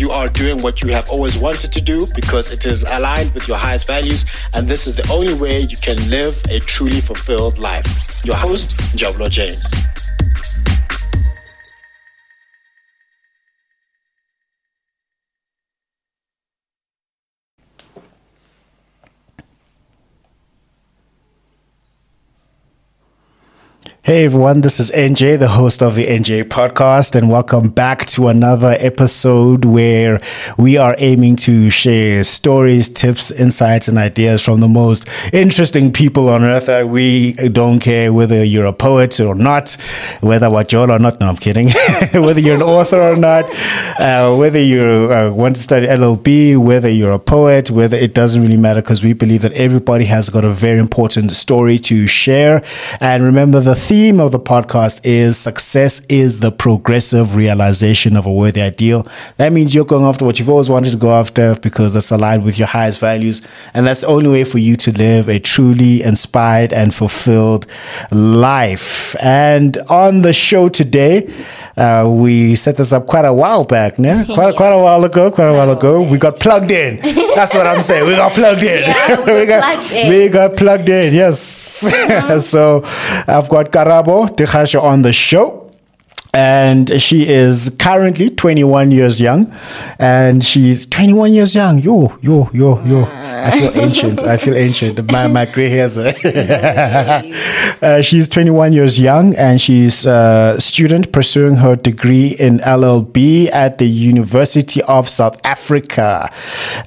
you are doing what you have always wanted to do because it is aligned with your highest values, and this is the only way you can live a truly fulfilled life. Your host, Jablo James. Hey everyone, this is NJ, the host of the NJ podcast, and welcome back to another episode where we are aiming to share stories, tips, insights, and ideas from the most interesting people on earth. Uh, We don't care whether you're a poet or not, whether what you're or not. No, I'm kidding. whether you're an author or not, uh, whether you uh, want to study LLB, whether you're a poet, whether it doesn't really matter because we believe that everybody has got a very important story to share. And remember, the theme of the podcast is success is the progressive realization of a worthy ideal. That means you're going after what you've always wanted to go after because that's aligned with your highest values. And that's the only way for you to live a truly inspired and fulfilled life. And on the show today, uh, we set this up quite a while back, yeah? quite, quite a while ago, quite a while ago. We got plugged in. That's what I'm saying. We got plugged in. Yeah, we got plugged in. we got plugged in. Yes. so I've got Karabo Tehasha on the show. And she is currently 21 years young. And she's 21 years young. Yo, yo, yo, yo. I feel ancient. I feel ancient. My, my gray hairs. eh? uh, she's 21 years young and she's a student pursuing her degree in LLB at the University of South Africa,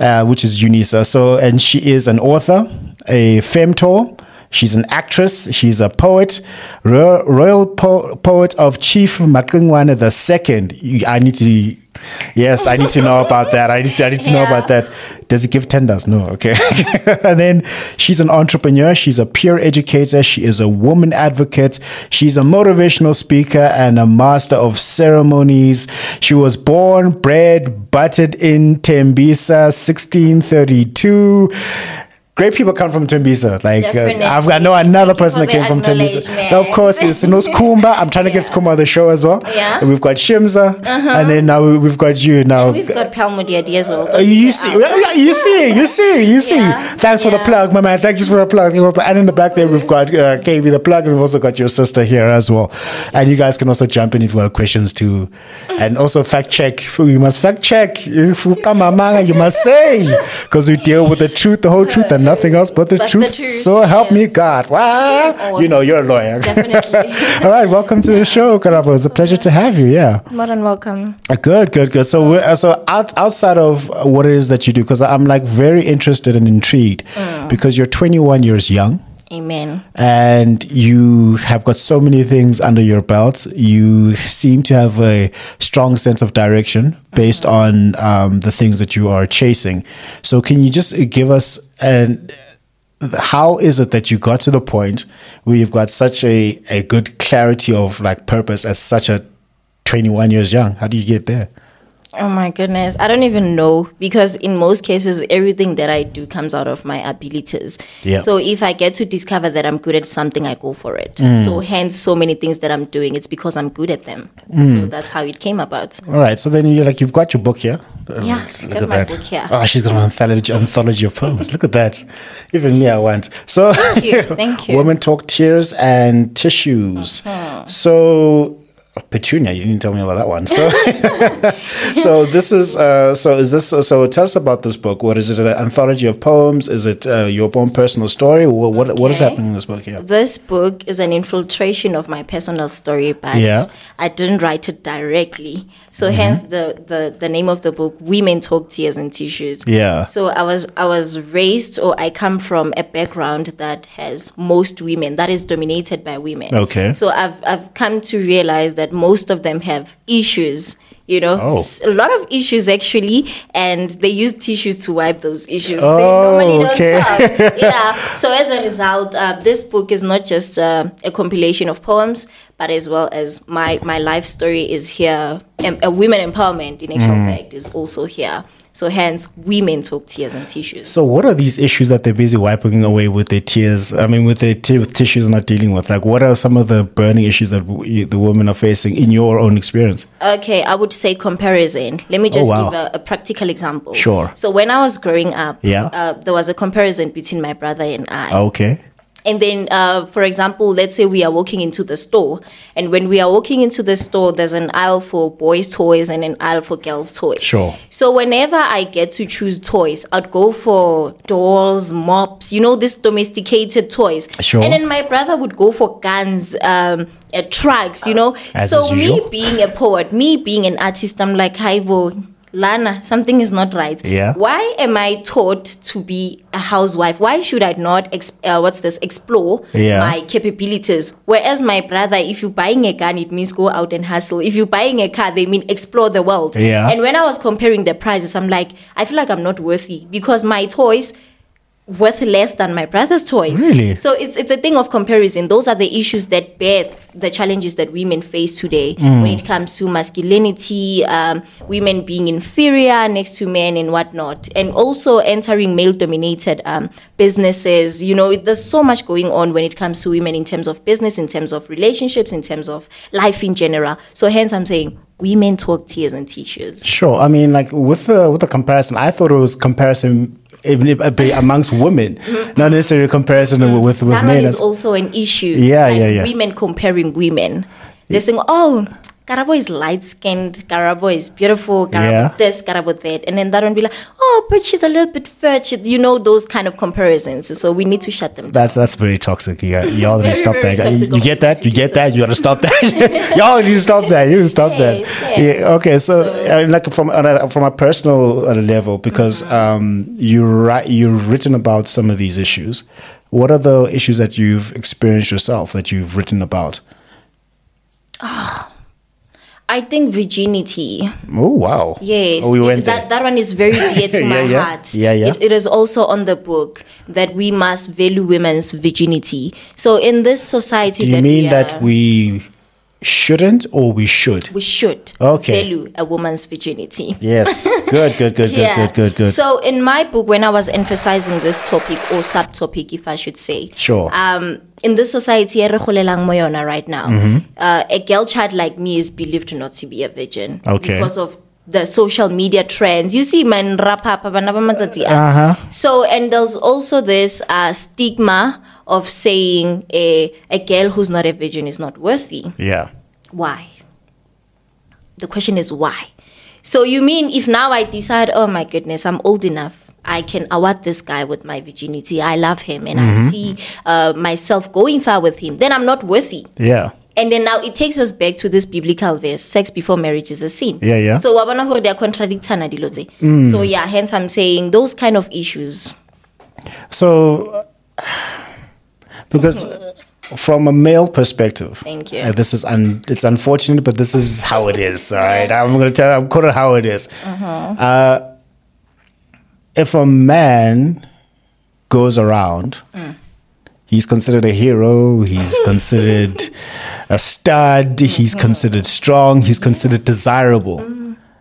uh, which is UNISA. So, and she is an author, a femto. She's an actress. She's a poet, ro- royal po- poet of Chief Makingwane the Second. I need to, yes, I need to know about that. I need to, I need to know Yeah. about that. Does it give tenders? No. Okay. and then she's an entrepreneur. She's a peer educator. She is a woman advocate. She's a motivational speaker and a master of ceremonies. She was born, bred, butted in Tembisa, 1632. Great people come from Tembisa. Like uh, Definitely. I've got no another Thank you person for that came the from Tembisa. acknowledgement. Of course, it's Nos Kumba. I'm trying to get Skumba on the show as well. Yeah. Uh-huh. We've got Shimza, and then now we- we've got you. Now We've got Palmodiad as well. uh, you see, well, yeah, you see, you see, you see. Yeah. Thanks for the Yeah. plug, my man. Thank you for the plug. And in the back there, we've got uh, KB the plug, and we've also got your sister here as well. And you guys can also jump in if you have questions too, and also fact check. You must fact check. If you come among, you must say because we deal with the truth, the whole truth, and nothing else but the, But the truth. truth, So help me yes. God. Wow. Or- You know, you're a lawyer. Definitely. All right, welcome to the show, Karabo. It's a pleasure to have you. Yeah. Modern welcome. Uh, Good, good, good. So, we're, uh, so out, outside of uh, what it is that you do, because I'm like very interested and intrigued, because you're 21 years young Amen. and you have got so many things under your belt. You seem to have a strong sense of direction based on um, the things that you are chasing. So, can you just uh, give us an how is it that you got to the point where you've got such a, a good clarity of like purpose as such a 21 years young? How do you get there? Oh my goodness. I don't even know because in most cases everything that I do comes out of my abilities. Yeah. So if I get to discover that I'm good at something, I go for it. Mm. So hence so many things that I'm doing, it's because I'm good at them. Mm. So that's how it came about. All right, so then you're like you've got your book here. Um, Yeah, Let's I've got my book here. Oh, she's got an anthology, anthology of poems. Look at that. Even me, I want. So, thank you, thank you. Uh-huh. Women talk tears and tissues. So, oh, Petunia, you didn't tell me about that one. So, so this is. Uh, so is this? So tell us about this book. What is it? An anthology of poems? Is it uh, your own personal story? What what, what is Okay. happening in this book here? This book is an infiltration of my personal story, but Yeah. Mm-hmm. I didn't write it directly. So hence the, the the name of the book, Women Talk Tears and Tissues. Yeah. So I was I was raised or I come from a background that has most women that is dominated by women. Okay. So I've I've come to realize that most of them have issues you know, Oh. S- a lot of issues actually, and they use tissues to wipe those issues. they Oh, normally don't okay. talk. yeah. So as a result, uh, this book is not just uh, a compilation of poems, but as well as my my life story is here. And a women empowerment, in actual Mm. fact, is also here. So hence, women talk tears and tissues. So, what are these issues that they're busy wiping away with their tears? I mean, with their t- with tissues they're not dealing with. Like, what are some of the burning issues that w- the women are facing in your own experience? Okay, I would say comparison. Let me just Oh, wow. give a, a practical example. Sure. So when I was growing up, Yeah. uh, there was a comparison between my brother and I. Okay. And then, uh, for example, let's say we are walking into the store, and when we are walking into the store, there's an aisle for boys' toys and an aisle for girls' toys. Sure. So whenever I get to choose toys, I'd go for dolls, mops, you know, these domesticated toys. Sure. And then my brother would go for guns, um, uh, trucks, you know. As so is me usual. being a poet, me being an artist, I'm like, hi, boy. Lana, something is not right. Yeah. Why am I taught to be a housewife? Why should I not, ex- uh, what's this, explore Yeah. my capabilities? Whereas my brother, if you're buying a gun, it means go out and hustle. If you're buying a car, they mean explore the world. Yeah. And when I was comparing the prices, I'm like, I feel like I'm not worthy because my toys worth less than my brother's toys. Really? So it's it's a thing of comparison. Those are the issues that birth the challenges that women face today when it comes to masculinity, um, women being inferior next to men and whatnot, and also entering male-dominated um, businesses. You know, there's so much going on when it comes to women in terms of business, in terms of relationships, in terms of life in general. So hence, I'm saying women talk tears and tissues. Sure. I mean, like with the with the comparison, I thought it was comparison even if- be amongst women, not necessarily comparison with with Mm-hmm. that men. one is That's- also an issue. Yeah, like yeah, yeah. Women comparing women. They're saying, oh, Karabo is light skinned, Karabo is beautiful, Karabo Yeah. this, Karabo that. And then that one be like, oh, but she's a little bit fat. She- You know, those kind of comparisons. So we need to shut them down. That's that's very toxic. You got- y'all need to Very, stop very that. You- toxic You get that? You to get do that? You gotta stop that. y'all need to stop that. You need to stop that. Yes, yes. Yeah. Okay. So, uh, like from on a, from a personal uh, level, because Uh-huh. um, you write you've written about some of these issues. What are the issues that you've experienced yourself that you've written about? I think virginity. Oh wow! Yes, Oh, we it- went that, there. that one is very dear to Yeah, my yeah. heart. Yeah, yeah. It, it is also on the book that we must value women's virginity. So in this society, Do you that mean we are- that we shouldn't or we should? we should Okay. value a woman's virginity. Yes. Good. Good. Good. Good. Good. Good. Good. So in my book, when I was emphasizing this topic or subtopic, if I should say, sure. um, in this society e re golelang mo yona right now, Mm-hmm. uh, a girl child like me is believed not to be a virgin Okay. because of the social media trends. You see, man, rapapa, bana ba matsatsi a. Uh-huh. So, and there's also this uh, stigma of saying a, a girl who's not a virgin is not worthy yeah. why? The question is why? So you mean if now I decide, oh my goodness, I'm old enough, I can award this guy with my virginity. I love him, and Mm-hmm. I see uh, myself going far with him. Then I'm not worthy. Yeah. And then now it takes us back to this biblical verse: "Sex before marriage is a sin." Yeah, Mm. yeah. So wabona hore they are contradictana dilo tse. So yeah, hence I'm saying those kind of issues. So, because from a male perspective, Thank you. uh, this is un- it's unfortunate, but this is how it is. All right, I'm going to tell. I'm calling it how it is. Uh-huh. Uh, if a man goes around, he's considered a hero. He's considered a stud. He's considered strong. He's considered desirable.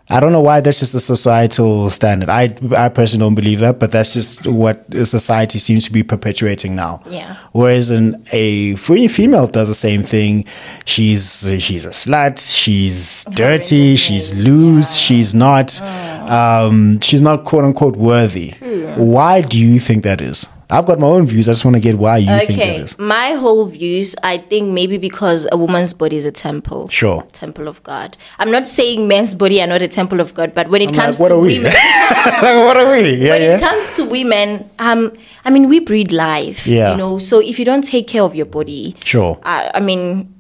I don't know why that's just a societal standard. I, I personally don't believe that, but that's just what society seems to be perpetuating now. Yeah. Whereas an, a fe- female does the same thing. She's she's a slut. She's dirty. She's loose. She's not. Um, she's not quote unquote worthy. Why do you think that is? I've got my own views. I just want to get why you think that is. My whole views, I think maybe because a woman's body is a temple. Sure. Temple of God. I'm not saying men's body are not a temple of God, but when it I'm comes like, what are to we? women, like, what are we? Yeah, when it yeah. comes to women, um, I mean, we breed life. Yeah. You know, so if you don't take care of your body, Sure. I, I mean,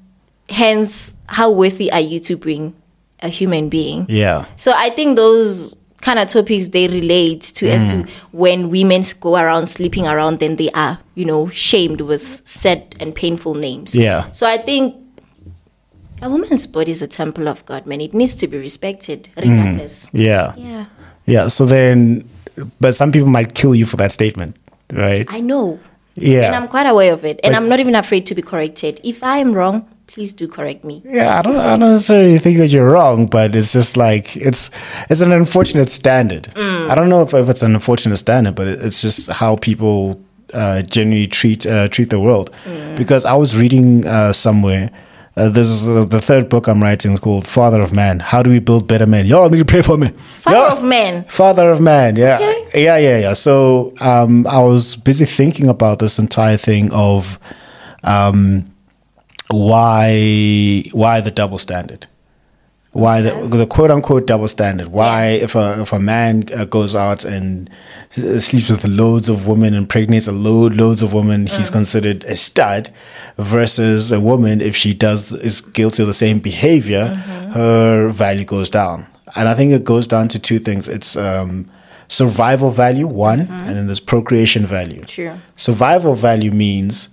hence, how worthy are you to bring a human being? Yeah. So I think those kind of topics they relate to as Mm. to when women go around sleeping around, then they are, you know, shamed with sad and painful names. Yeah. So I think A woman's body is a temple of God, man. It needs to be respected regardless. Yeah. Yeah. Yeah. So then, but some people might kill you for that statement, right? I know. yeah. And I'm quite aware of it. And Like- I'm not even afraid to be corrected. If I am wrong, please do correct me. yeah. I don't. I don't necessarily think that you're wrong, but it's just like it's it's an unfortunate standard. Mm. I don't know if, if it's an unfortunate standard, but it, it's just how people uh, generally treat uh, treat the world. Because I was reading uh, somewhere. Uh, this is the, the third book I'm writing. It's called Father of Man. How do we build better men? Y'all need to pray for me. Father Yeah. of man. Father of man, yeah. Okay. Yeah, yeah, yeah. So um, I was busy thinking about this entire thing of um, why why the double standard? Why the, the quote unquote double standard? Why if a if a man uh, goes out and s- uh, sleeps with loads of women and impregnates a load loads of women, he's considered a stud, versus a woman if she does is guilty of the same behavior, her value goes down. And I think it goes down to two things: it's um, survival value one, and then there's procreation value Sure. survival value means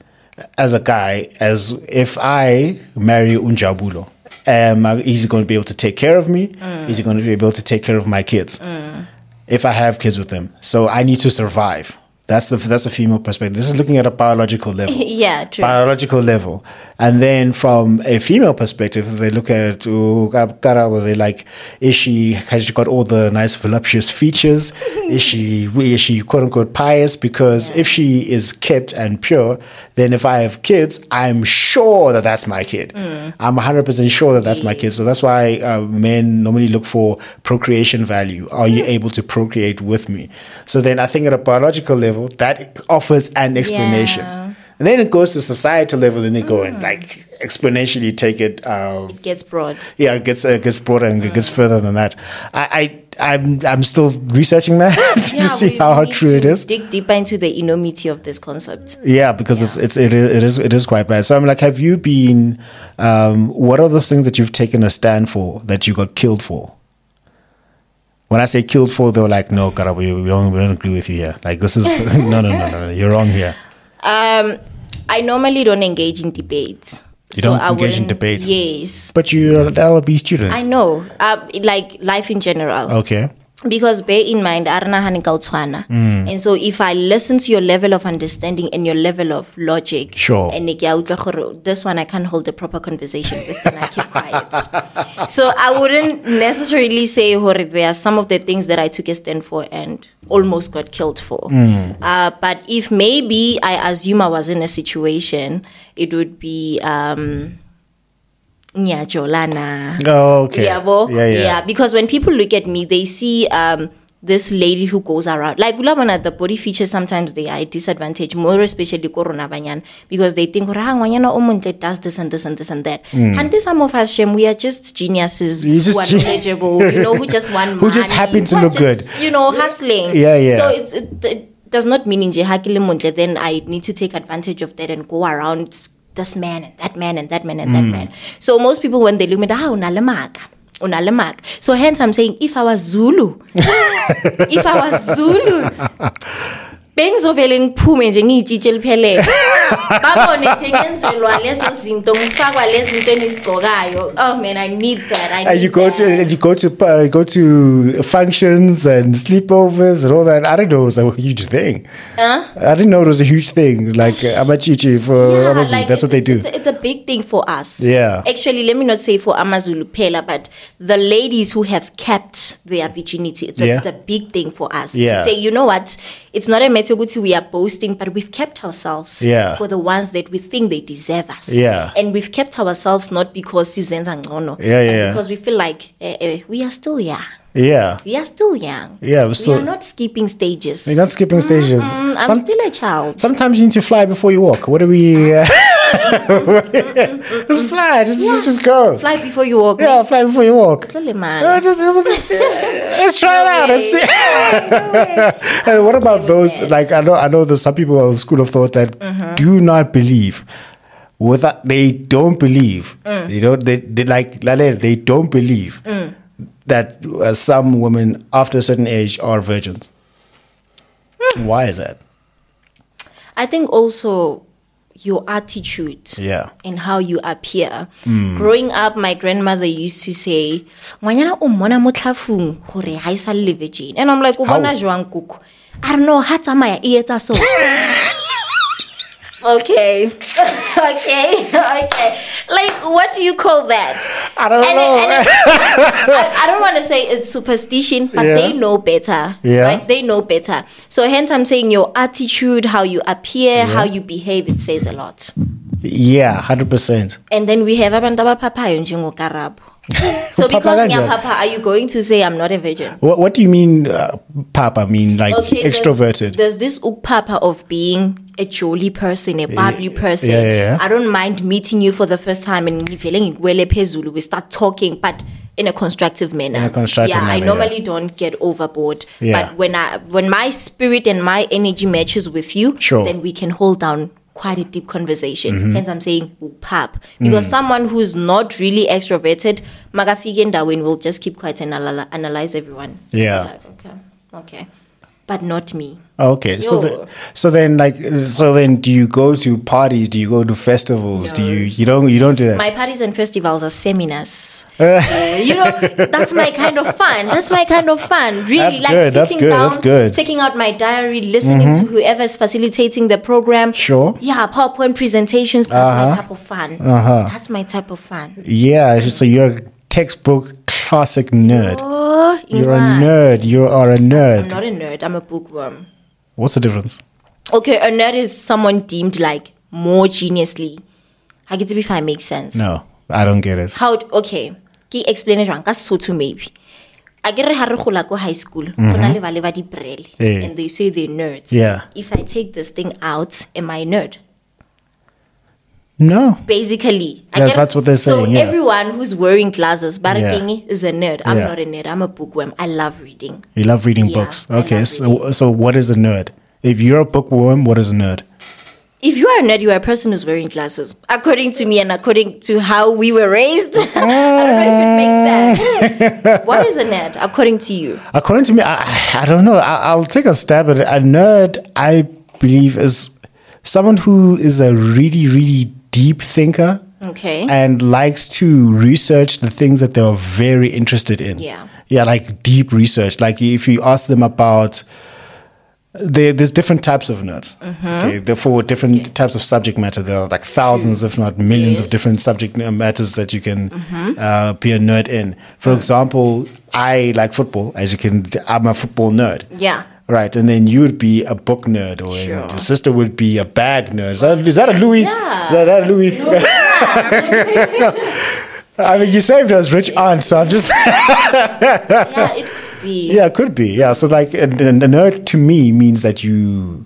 as a guy as if i marry unjabulo um, is he going to be able to take care of me is he going to be able to take care of my kids if i have kids with him so i need to survive that's the that's the female perspective this is looking at a biological level yeah, true. biological level. And then from a female perspective, they look at ooh, Kab- Kara, were they like, is she has she got all the nice voluptuous features? is she is she quote unquote pious? Because if she is kept and pure, then if I have kids, I'm sure that that's my kid. I'm 100 percent sure that that's my kid. So that's why uh, men normally look for procreation value. Are you able to procreate with me? So then I think at a biological level, that offers an explanation. Yeah. Hmm. And then it goes to societal level, and they go and like exponentially take it. Um, It gets broad. yeah, it gets uh, it gets broader and it gets Hmm. further than that. I, I I'm I'm still researching that to see we how need true it to is. Dig deeper into the enormity of this concept. Yeah, because it's it's it is, it is it is quite bad. So I'm like, have you been? Um, what are those things that you've taken a stand for that you got killed for? When I say killed for, they were like, no, God, we, we don't we don't agree with you here. Like this is no no no no, no you're wrong here. Um, I normally don't engage in debates. You don't engage in wouldn't- debates? Yes. But you're an LB student. I know. Uh, like life in general. okay. because bear in mind arna hanikautswana and so if i listen to your level of understanding and your level of logic Sure. and ne ke a utlwa gore this one i can't hold a proper conversation with and i keep quiet so i wouldn't necessarily say hore there are some of the things that i took a stand for and almost got killed for uh, but if maybe i assume i was in a situation it would be um nyajolana Oh, okay. yabo Yeah, yeah. because when people look at me they see um this lady who goes around like ulabona the body features sometimes they are a disadvantage more especially corona banyan because they think "Ah, ngwanyana o montle does this and this and this and that and this some of us Shem, we are just geniuses Mm. You just who are gen- knowledgeable you know who just want Who just money, happen to who are look just, good. you know hustling Yeah, yeah. so it's it, it does not mean in montle then i need to take advantage of that and go around this man and that man and that man and Mm. that man so most people when they look at me ah unalemaka unalemaka so hence i'm saying if i was zulu if i was zulu bengizovele ngiphume nje ngiyitshitshe eliphelele babone nje ngenzelwa lezo zinto ngifakwa lezi zinto enizigcokayo oh man i need that I need And Uh, you go that. to and you go to uh, go to functions and sleepovers and all that. I didn't know it was a huge thing. Huh? I didn't know it was a huge thing. Like uh, amachichi for Yeah, Amazulu. like That's what it's, they do. it's, it's a big thing for us. Yeah. Actually, let me not say for Amazulu Pela, but the ladies who have kept their virginity, it's a, Yeah. it's a big thing for us Yeah. to say, you know what? It's not a matter of we are boasting, but we've kept ourselves Yeah. for the ones that we think they deserve us. Yeah. And we've kept ourselves not because seasons are ngono, Yeah, yeah, but yeah. Because we feel like eh, eh, we are still young. yeah, We are still young. yeah. We So are not skipping stages. you're not skipping stages. Mm, I'm Some- still a child. sometimes you need to fly before you walk. What do we? Uh, just fly. Just just go. Fly before you walk. Yeah, fly before you walk. Lolly man. Uh, just, it was just- let's try it out. Let's see. and what about those? Like I know, I know there's some people in the school of thought that do not believe. Without they don't believe. They don't. They, they like Lale. They don't believe that uh, some women after a certain age are Hmm. virgins. Why is that? I think also your attitude Yeah. Mm. and how you appear. Growing up, my grandmother used to say, "Ngwanyana o mmona mo tlhafung hore ha e sa le virgin." And I'm like, "O bona jwang koko?" I don't know, ha tsamaya e etsa so. okay. okay. Okay. Like what do you call that? I don't And know. it- and it- I, I don't want to say it's superstition, but Yeah. they know better. Yeah. Right? They know better. So hence I'm saying your attitude, how you appear, how you behave, it says a lot. Yeah, 100%. And then we have abantu abaphapayo njengokarabo. So Uphapha because kanjani? ngiyapapa, are you going to say I'm not a virgin? What, what do you mean, uh, papa? I mean, like there's- extroverted. There's, this ukpapa of being a jolly person, a bubbly person. yeah, yeah. I don't mind meeting you for the first time and feeling pezulu. We start talking, but in a constructive manner. In a constructive yeah, I manner, normally don't get overboard. Yeah. But when I when my spirit and my energy matches with you, Sure. Mm-hmm. then we can hold down quite a deep conversation. Hence I'm saying ukpap. Mm. Because someone who's not really extroverted, magafige endaweni will just keep quiet and anal- analyze everyone. Yeah. Like, okay. Okay. But not me. Oh, Okay, so Yo. the, so then like so then do you go to parties? Do you go to festivals? Do you you don't you don't do that? My parties and festivals are seminars. Uh, you know, that's my kind of fun. That's my kind of fun. Really, That's like good, that's sitting good, down, that's good. Mm-hmm. taking out my diary, listening to whoever's facilitating the program. Sure. Uh-huh. Yeah, PowerPoint presentations. That's my type of fun. That's my type of fun. yeah, so you're a textbook classic nerd. Oh, You're a Iman. nerd. You are a I'm nerd. not a nerd. I'm a bookworm. What's the difference? Okay, a nerd is someone deemed like more geniusly. I get to be if I make sense. No, I don't get it. how okay ke explain it jang ka sesotho maybe a ke re ha re gola ko high school go na le ba le ba dibrele Mhm. Ee. and they say they're nerds Yeah. if i take this thing out am i a nerd No. basically I Yeah, get- that's what they're so saying, yeah. everyone who's wearing glasses but Yeah. is a nerd i'm Yeah. not a nerd i'm a bookworm i love reading You love reading Yeah, books. I Okay, love so so what is a nerd? If you're a bookworm, what is a nerd? if you are a nerd you are a person who's wearing glasses according to me and according to how we were raised i don't know if it makes sense what is a nerd according to you According to me, I, I- I don't know. I, I'll take a stab at it. A nerd, I believe, is someone who is a really, really deep thinker okay and likes to research the things that they're very interested in. Yeah. Yeah, like deep research. Like if you ask them about. There, there's different types of nerds. Mm-hmm. Okay, therefore, different types of subject matter. There are like thousands, if not millions, of Yes. Mm-hmm. different subject uh, matters that you can uh, be a nerd in. For Mm. example, I like football, as you can. I'm a football nerd. Yeah. Right, and then you would be a book nerd, or Sure. your sister would be a bag nerd. Is that, is that a Louis? Yeah. Is that, that a Louis? I mean, you saved us, rich aunt. So I'm just yeah it could be yeah, it could be yeah. So like, a, a a nerd to me means that you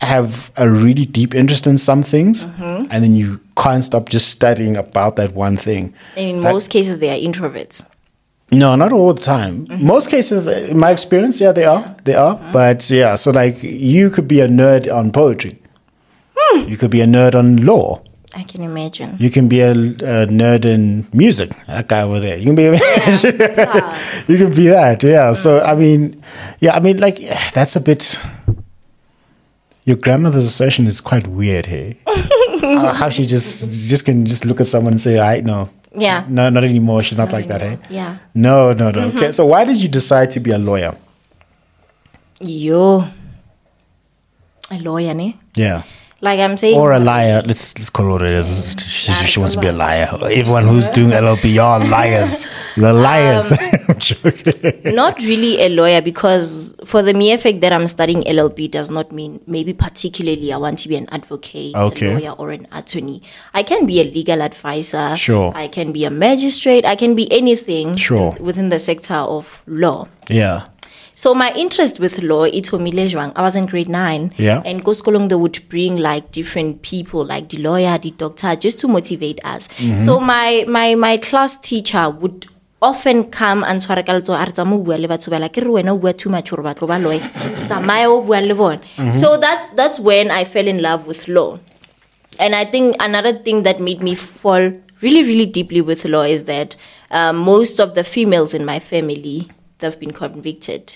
have a really deep interest in some things, and then you can't stop just studying about that one thing. And in most cases, they are introverts. No, not all the time. Mm-hmm. Most cases, uh, in my experience, yeah, they are, they are. Uh-huh. But yeah, so like, you could be a nerd on poetry. Hmm. You could be a nerd on law. I can imagine. You can be a, a nerd in music. That guy over there. You can be. you can be that. Hmm. Yeah. So I mean, yeah. I mean, like that's a bit. Your grandmother's assertion is quite weird here. How she just just can just look at someone and say, "I no." Yeah. No, not anymore. She's not, like anymore. that. eh? Hey. Yeah. No, no, Mm-hmm. no. Okay. So why did you decide to be a lawyer? Yo, a lawyer, ne? Yeah. Like I'm saying, Or a liar. Let's let's call it what it is. She, she wants to be a liar. Everyone who's doing LLB, y'all liars. You're Um, liars. I'm joking. not really a lawyer because for the mere fact that I'm studying LLB does not mean maybe particularly I want to be an advocate, Okay. a lawyer, or an attorney. I can be a legal advisor. Sure. I can be a magistrate. I can be anything. Sure. Within the sector of law. Yeah. So my interest with law, it Jwang. I was in grade nine. Yeah. And Goskolong they would bring like different people, like the lawyer, the doctor, just to motivate us. So my my my class teacher would often come and tshwara ka letsoho, a re tsamaya o bua le batho ba, like, "Ke re wena o bua too much hore ba tlo ba lawyer. Tsamaya o bua le bona." So that's that's when I fell in love with law. And I think another thing that made me fall really, really deeply with law is uh, that um, most of the females in my family they've been convicted.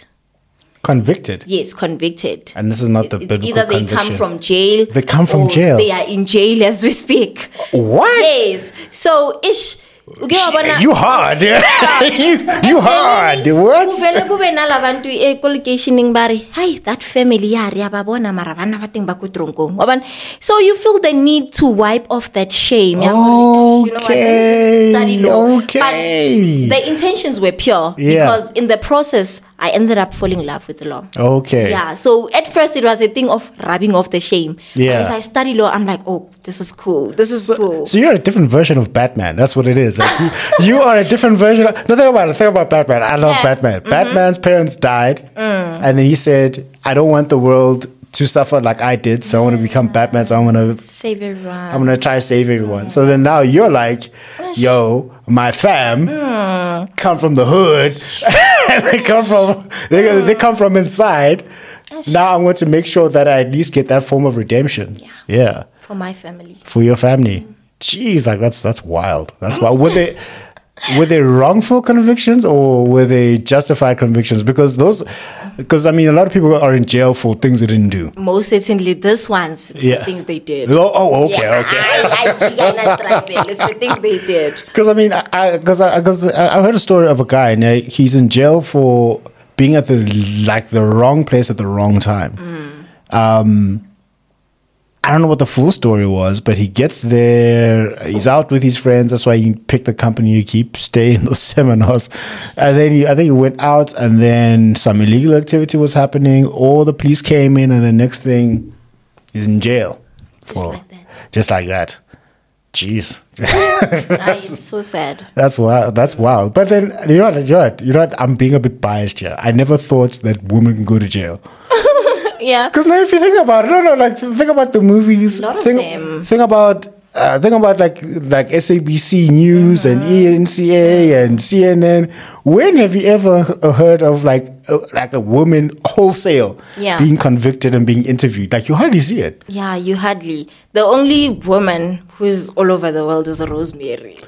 Convicted. yes convicted And this is not the it's biblical either they conviction. come from jail They come from or jail. they are in jail as we speak What? yes so ish uke wabona- You hard. you you hard. Then What? kuvele kuve nala eh, vantu ekolokeshining va ri hayi that family ya ri ya va vona mara vana va teng va ku tronkong wa vona so you feel the need to wipe off that shame ya ku ri, "Ash, you know what, Okay, let me just study law." okay. but the intentions were pure Yeah. because in the process i ended up falling in love with the law Okay. yeah so at first it was a thing of rubbing off the shame Yeah. but as i study law i'm like oh this is cool this is cool So you're a different version of Batman. That's what it is. Like, you, you are a different version. Of, no, think about it. Think about Batman. I love Yeah. Mm-hmm. Mm. Batman. Batman's parents died, and then he said, "I don't want the world to suffer like I did, so I want to become Mm. Batman. So I'm gonna, save everyone I'm gonna try to save everyone." So then now you're like, "Yo, my fam Mm. come from the hood. they come from they, they come from inside." Now I'm going to make sure that I at least get that form of redemption. Yeah. yeah for my family for your family. Jeez, like that's that's wild. That's wild. Were they were they wrongful convictions or were they justified convictions? Because those, because I mean, a lot of people are in jail for things they didn't do. most certainly this one's it's Yeah. the things they did Oh, oh okay, Yeah, okay. I, I, Chicana tribal. It's the things they did. Because I mean, I because I because I, I heard a story of a guy and uh, he's in jail for being at the like the wrong place at the wrong time. Um, I don't know what the full story was, but he gets there. He's out with his friends. That's why you pick the company you keep, stay in those seminars, and then he, I think he went out, and then some illegal activity was happening. All the police came in, and the next thing, he's in jail. Just like that. Just like that. Jeez. Aye, it's so sad. That's wild. That's wild. But then you know what? You know what? You know what? I'm being a bit biased here. I never thought that women can go to jail. Yeah. Because now, if you think about it, no, no, like think about the movies. Lot of think, them. think about. Uh, think about like like SABC News and E ENCA and CNN. When have you ever he- heard of like uh, like a woman wholesale Yeah. being convicted and being interviewed? Like you hardly see it. Yeah, you hardly. The only woman who's all over the world is Rosemary.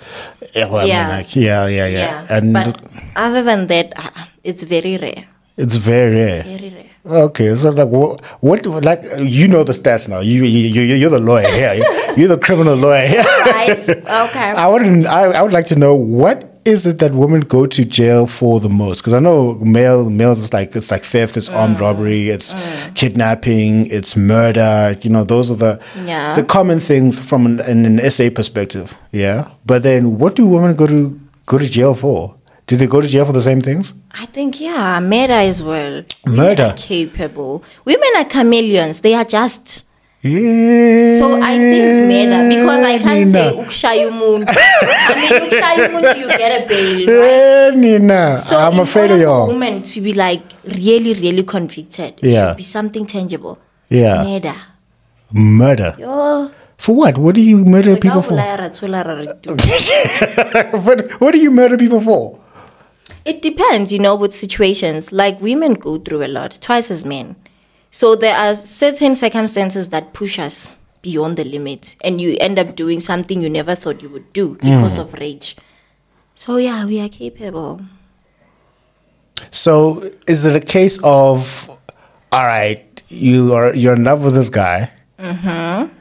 Yeah, well, I mean, Yeah. like, yeah, yeah, yeah, Yeah. And but other than that, uh, it's very rare. it's very rare. Very rare. Okay, so like what, what do- like you know the stats now. You you you you're the lawyer here. you're the criminal lawyer here. Right. Okay. I would I, I would like to know what is it that women go to jail for the most? Because I know male males it's like it's like theft, it's Mm. armed robbery, it's kidnapping, it's murder. You know those are the Yeah. the common things from an, in an SA perspective. Yeah, but then what do women go to go to jail for? Do they go to jail for the same things? I think yeah, murder as well. Murder. Women are capable. Women are chameleons. They are just. Yeah. So I think murder because I can't say Nina. ukshaya umuntu. I mean ukshaya umuntu you get a bail, Eh, right? Nina, So I'm in afraid of order for y'all. Women to be like really, really convicted. It Yeah. should be something tangible. Yeah. Murder. Murder. Yo. For what? What do you murder people for? Bulaya rathula raritu. but what do you murder people for? It depends, you know, with situations. Like women go through a lot, twice as men. So there are certain circumstances that push us beyond the limit, and you end up doing something you never thought you would do because of rage. So yeah, we are capable. So is it a case of, all right, you are you're in love with this guy. Mm-hmm.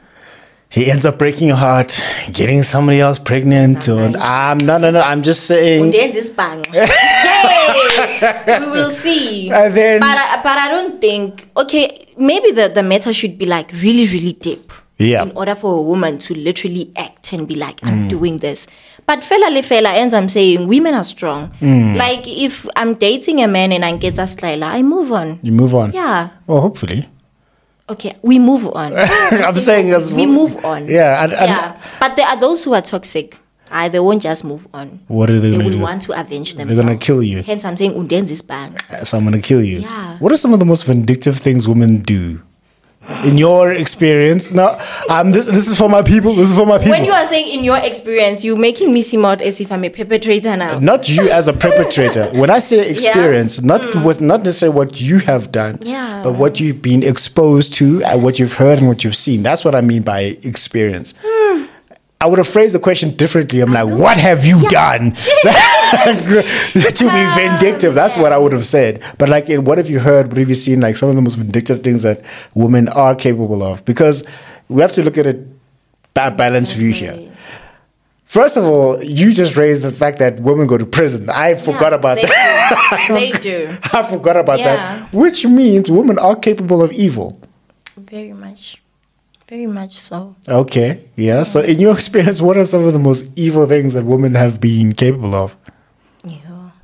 He ends up breaking your heart, getting somebody else pregnant. Or, I'm no no no. I'm just saying. Undenze isibhanqa. Hey, we will see. Eh. And then- but I, but I don't think. Okay, maybe the the matter should be like really really deep. Yeah. Mm. In order for a woman to literally act and be like, I'm doing this. But fella le fella, ends I'm saying women are strong. Mm. Like if I'm dating a man and I get a slayla, I move on. You move on. Yeah. Well, hopefully. Okay, we move on. I'm saying as we move on. Yeah. And, and yeah. But there are those who are toxic. Ah, they won't just move on. What are they They gonna will do? want to avenge gonna themselves. kill you. Hence, I'm saying undenze isibhanqa. so I'm gonna kill you. Yeah. What are some of the most vindictive things women do? In your experience, no, um, this this is for my people. This is for my people. When you are saying in your experience, you're making me seem out as if I'm a perpetrator now. not you as a perpetrator. when I say experience, not with not necessarily what you have done, Mm. Yeah. but what you've been exposed to, and what you've heard and what you've seen. That's what I mean by Hmm. experience. I would have phrased the question differently. I'm like, what have you done? to be vindictive. That's what I would have said. But like, eh, what have you heard? What have you seen? Like some of the most vindictive things that women are capable of. Because we have to look at it that balanced view here. First of all, you just raised the fact that women go to prison. I forgot about they that. Do. they do I forgot about Yeah. that. Which means women are capable of evil. very much, very much so. Okay. Yeah. So, in your experience, what are some of the most evil things that women have been capable of? Yeah.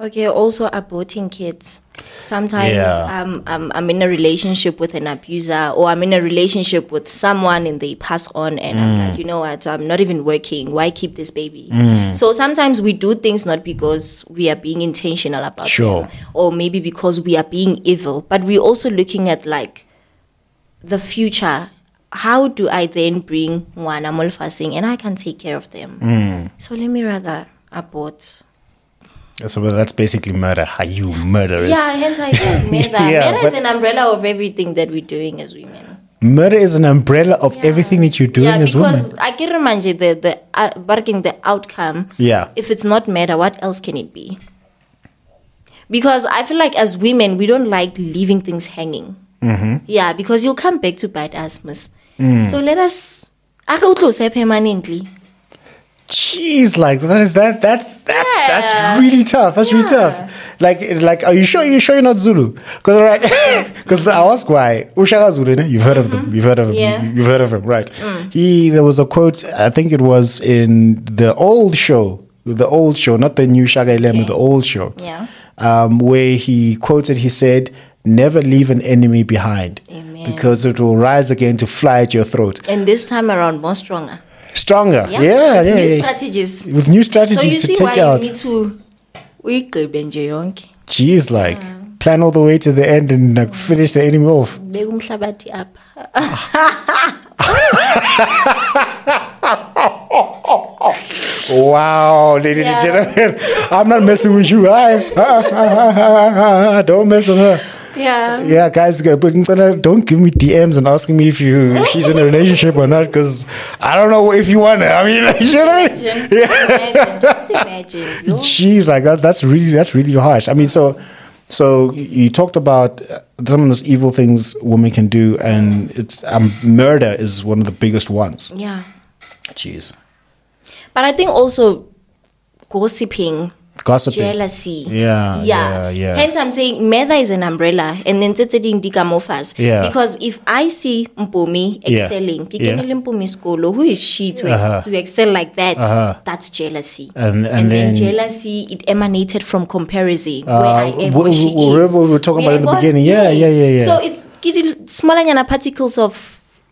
Okay. Also, aborting kids. Sometimes Yeah. um, I'm, I'm in a relationship with an abuser, or I'm in a relationship with someone, and they pass on, and Mm. I'm like, you know what? I'm not even working. Why keep this baby? Mm. So sometimes we do things not because we are being intentional about Sure. them, or maybe because we are being evil, but we're also looking at like the future. How do I then bring Mwana Molfasing and I can take care of them? Mm. So let me rather abort So, well, that's basically murder. Are you murderers? yeah, hence I think murder. Yeah, murder is but- an umbrella of everything that we're doing as women. Murder is an umbrella of everything that you're doing yeah, as women. because I can remind you the the uh, barking the outcome. Yeah. If it's not murder, what else can it be? Because I feel like as women, we don't like leaving things hanging. Mm-hmm. Yeah, because you'll come back to bite us, miss. Mm. So let us. I can close her permanently. Jeez, like that is that that's that's Yeah. that's really tough. That's really Yeah. tough. Like like, are you sure? you sure you're not Zulu? Because right, because I ask why Ushaka Zulu. ne? You've heard of them. You've heard of him. Mm-hmm. Yeah. Mm. You've heard of him, right? He there was a quote. I think it was in the old show, the old show, not the new Shaka Ilemi, the old show. Yeah. Um, where he quoted, he said, "Never leave an enemy behind, Amen. because it will rise again to fly at your throat." And this time around, more stronger. Stronger. Yeah, yeah, yeah. New strategies. with new strategies So you to see take why out. you need to. uyigqibe nje yonke Jeez, like plan all the way to the end and like finish the enemy off. beka umhlabathi apha Wow, ladies Yeah. and gentlemen, I'm not messing with you. I don't mess with her. yeah Yeah, guys, go- but Ncela, don't give me DMs and asking me if you if she's in a relationship or not because I don't know if you want. I mean, like, you know, Imagine, imagine, just imagine yo. Jeez, like that, that's really that's really harsh. I mean, so so you talked about uh, some of those evil things women can do, and it's um, murder is one of the biggest ones. yeah Jeez, but i think also gossiping gossiping. jealousy Yeah, yeah, yeah. hence i'm saying murder is an umbrella and then tsetedi ndikamofas Yeah. because if i see mpumi Yeah. excelling Yeah. ngikenele mpumi isikolo who is she to, Uh-huh. ex- to excel like that Uh-huh. that's jealousy And- and then- then, jealousy it emanated from comparison where Uh, i am we- where she we- we- is remember we were talking Where about I in the was- beginning. Yeah, yeah, yeah, yeah. so it's little smaller particles of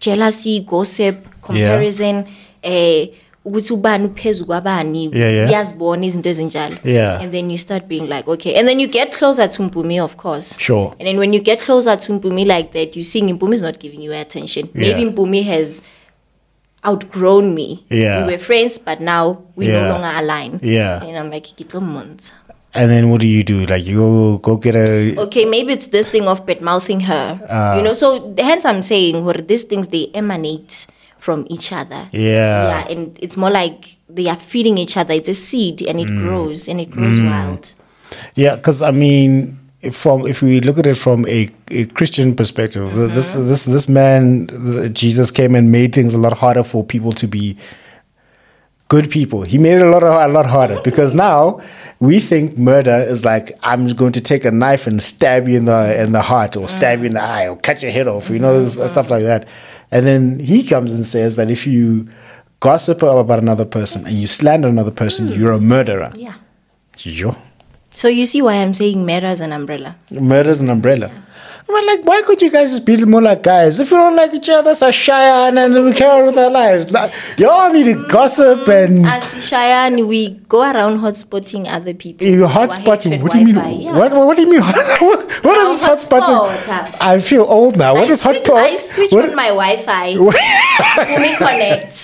jealousy gossip comparison eh ukuthi ubani uphezu kwabani Yeah, yeah. yazibona izinto ezinjalo Yeah. and then you start being like okay and then you get closer to mpumi of course Sure. and then when you get closer to mpumi like that you see mpumi is not giving you attention Yeah. maybe mpumi has outgrown me Yeah. we were friends but now we Yeah. no longer align Yeah. and i'm like "Ke tlo mmontsha." And then what do you do? Like you go, go get a okay, maybe it's this thing of bad mouthing her. Ah. you know, so hence I'm saying where these things they emanate from each other. Yeah. Yeah, and it's more like they are feeding each other. It's a seed and Mm. it grows and it grows wild. yeah, because I mean, if from if we look at it from a, a Christian perspective, th this this this man th- Jesus came and made things a lot harder for people to be good people. He made it a lot a lot harder because now we think murder is like I'm going to take a knife and stab you in the in the heart or stab you in the eye or cut your head off, you know, s- stuff like that. And then he comes and says that if you gossip about another person and you slander another person, you're a murderer. Yeah. Yo. So you see why I'm saying murder as an umbrella. Murder's an umbrella. I'm like, why could you guys just be more like guys? If we don't like each other, so shy on and then we carry on with our lives. Like, y'all need to gossip and Mm-hmm. As Shayan, we go around hotspotting other people. you Our Eh, hotspotting. hatred, What do you mean? Wi-Fi, yeah. What, what do you mean? hot- what, what is Now, this hotspotting? hotspot. I feel old now. What I is switch, hotspot? I switch What- on my Wi-Fi. Bumi connects,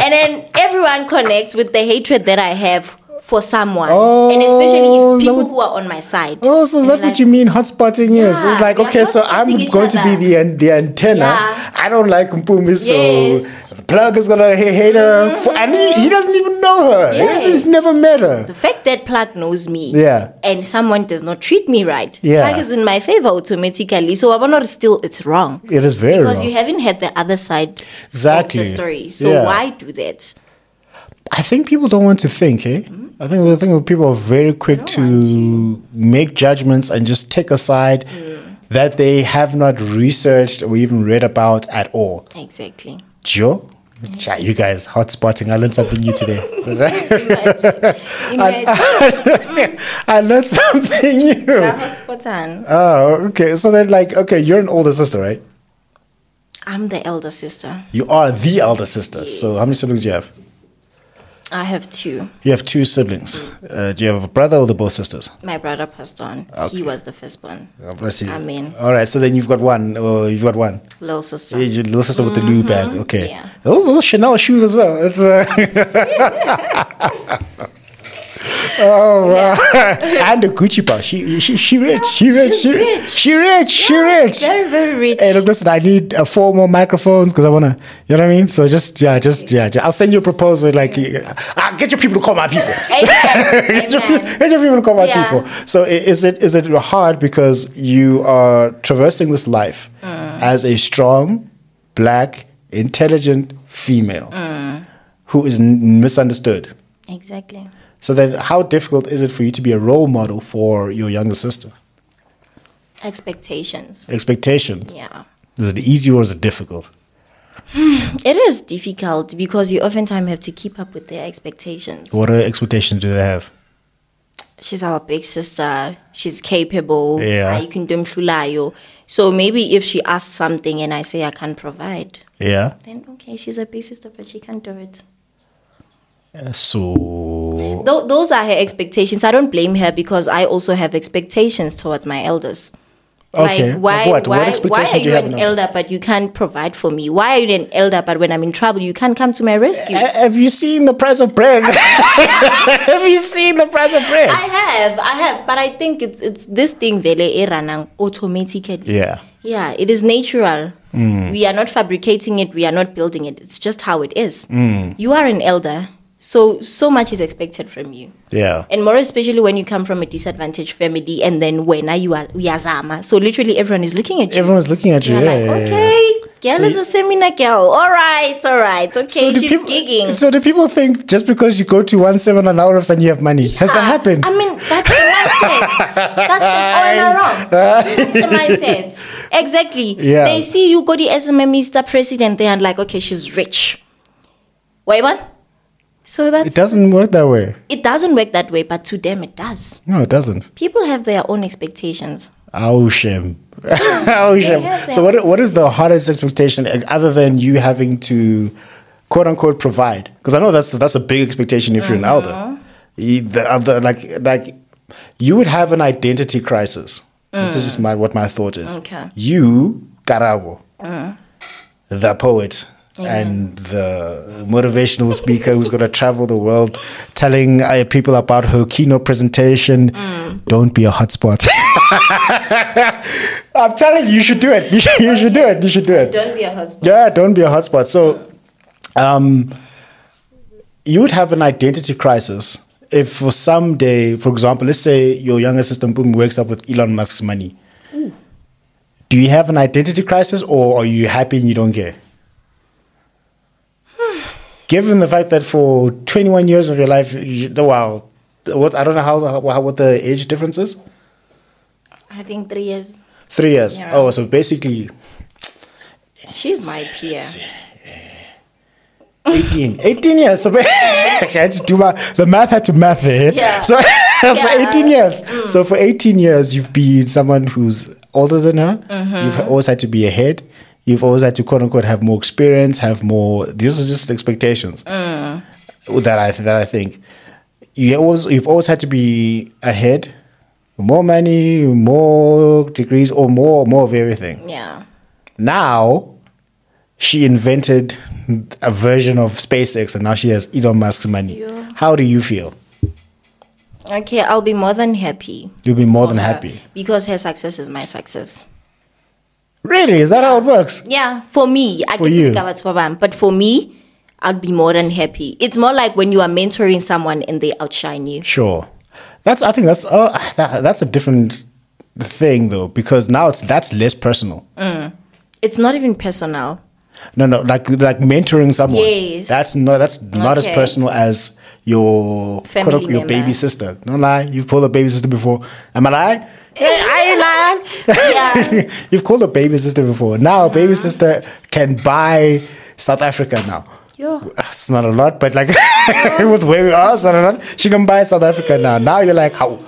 and then everyone connects with the hatred that I have for someone, Oh, and especially is that if people what- who are on my side. Oh, so is And that like, what you mean hotspotting is? Yeah, It's like, we are okay, so I'm hotspotting each going to be other. the an- the antenna. Yeah. I don't like Mpumi, so Yes. Mm-hmm. Plug is gonna ha- hate her. for- and he, he doesn't even know her. He doesn't- Yeah. he's never met her. The fact that Plug knows me Yeah. and someone does not treat me right, Yeah. Plug is in my favor automatically. So I'm not still, it's wrong. It is very Because wrong. you haven't had the other side Exactly. of the story. So Yeah. why do that? I think people don't want to think, eh? Mm-hmm. I think I think people are very quick to, make judgments and just take a side that they have not researched or even read about at all. Exactly. Joe, Cha, you guys hotspotting. I learned something new today. Imagine. I learned something new. Bravo, spot on. Oh, okay. So then, like, okay, you're an older sister, right? I'm the elder sister. You are the elder sister. So, how many siblings do you have? I have two. You have two siblings. Mm. Uh, do you have a brother or the both sisters? My brother passed on. He was the firstborn. God bless you. Amen. All right. So then you've got one. Oh, you've got one. Little sister. Yeah, your little sister with the new bag. Okay. Mm-hmm. Yeah. Those, those Chanel shoes as well. It's, uh, Oh, and the Gucci bag. She, she, she rich. She rich. she's She rich. She rich. rich. She rich. Very, very rich. Hey, look, listen, I need uh, four more microphones because I want to, you know what I mean? So just, yeah, just, yeah, ju- I'll send you a proposal. Like, uh, get your people to call my people. Amen. Get your, Amen. pe- get your people to call my Yeah. people. So i- is it is it hard because you are traversing this life Mm. as a strong, black, intelligent female Mm. who is n- misunderstood? Exactly. So then, how difficult is it for you to be a role model for your younger sister? Expectations. Expectation. Yeah. Is it easy or is it difficult? It is difficult because you oftentimes have to keep up with their expectations. What uh, expectations do they have? She's our big sister. She's capable. Yeah. Ah, You can do mfulayo. So maybe if she asks something and I say I can't provide, Yeah. then okay, she's a big sister, but she can't do it. So Th- those are her expectations. I don't blame her because I also have expectations towards my elders. Okay. Like why Like what? What why why expectation are do you you, have an now? elder but you can't provide for me? Why are you an elder but when I'm in trouble you can't come to my rescue? Ha- E, have you seen the price of bread? have you seen the price of bread? I have, I have, but I think it's it's this thing vele eranang automatically. yeah. Yeah, it is natural. Mm. We are not fabricating it, we are not building it. It's just how it is. Mm. You are an elder, so so much is expected from you. Yeah. And more especially when you come from a disadvantaged family and then when are you are uyazama. So literally everyone is looking at you. Everyone's looking at you. You're Yeah, like, yeah, yeah. okay, girl So is you- a seminar girl. All right, all right, okay, do she's people, gigging. so do people think just because you go to one seminar now all of a sudden you have money? Has that happened? Ah, I mean, that's the mindset. That's the oh, am I wrong? That's the mindset. Exactly. Yeah. They see you go to SMM Mr. President, they are like, okay, she's rich. Wait one. So that's it doesn't work that way. it doesn't work that way, but to them it does. No, it doesn't. People have their own expectations. Oh shame. oh shame. have So what what is the hardest expectation uh, other than you having to quote unquote provide? Because I know that's that's a big expectation if you're an Uh-huh. elder. You- The other like like you would have an identity crisis. This is just my what my thought is. Mm. Okay. You Karabo, the poet. And the motivational speaker who's going to travel the world telling uh, people about her keynote presentation. Don't be a hotspot. I'm telling you, you should do it. You should, you should do it. You should do it. Don't be a husband. Yeah, don't be a hotspot. So, um, you would have an identity crisis if for some day, for example, let's say your younger sister boom wakes up with Elon Musk's money. Do you have an identity crisis, or are you happy and you don't care? Given the fact that for 21 years of your life, you, well, what I don't know how, how what the age difference is. I think three years. Three years. Yeah. Oh, so basically She's my peer. 18. 18 years. So ba- I had to do my, the math had to math there. Yeah. So, so Yeah. Mm. 18 years. So for 18 years, you've been someone who's older than her. Mm-hmm. You've always had to be ahead. You've always had to quote unquote have more experience, have more. These are just expectations Mm. that I that I think you always you've always had to be ahead, more money, more degrees, or more more of everything Yeah. now she invented a version of SpaceX and now she has Elon Musk's money. Yeah. How do you feel? Okay, I'll be more than happy. You'll be more than for her happy. Because her success is my success. Really? Is that how it works? Yeah, for me, I For can you. speak about Swabam, but for me, I'd be more than happy. It's more like when you are mentoring someone and they outshine you. Sure. That's. I think that's. Uh, that, that's a different thing though, because now it's that's less personal. It's not even personal. No, no, like like mentoring someone. Yes. That's not that's not as Okay. personal as your Family quote, unquote, your baby member. sister. Don't lie. You've called a baby sister before. Am I lying? Hey, I ain't lying. You've called a baby sister before. Now a baby sister can buy South Africa now. Yo. It's not a lot, but like with where we are, it's not a lot. She can buy South Africa now. Now you're like, how?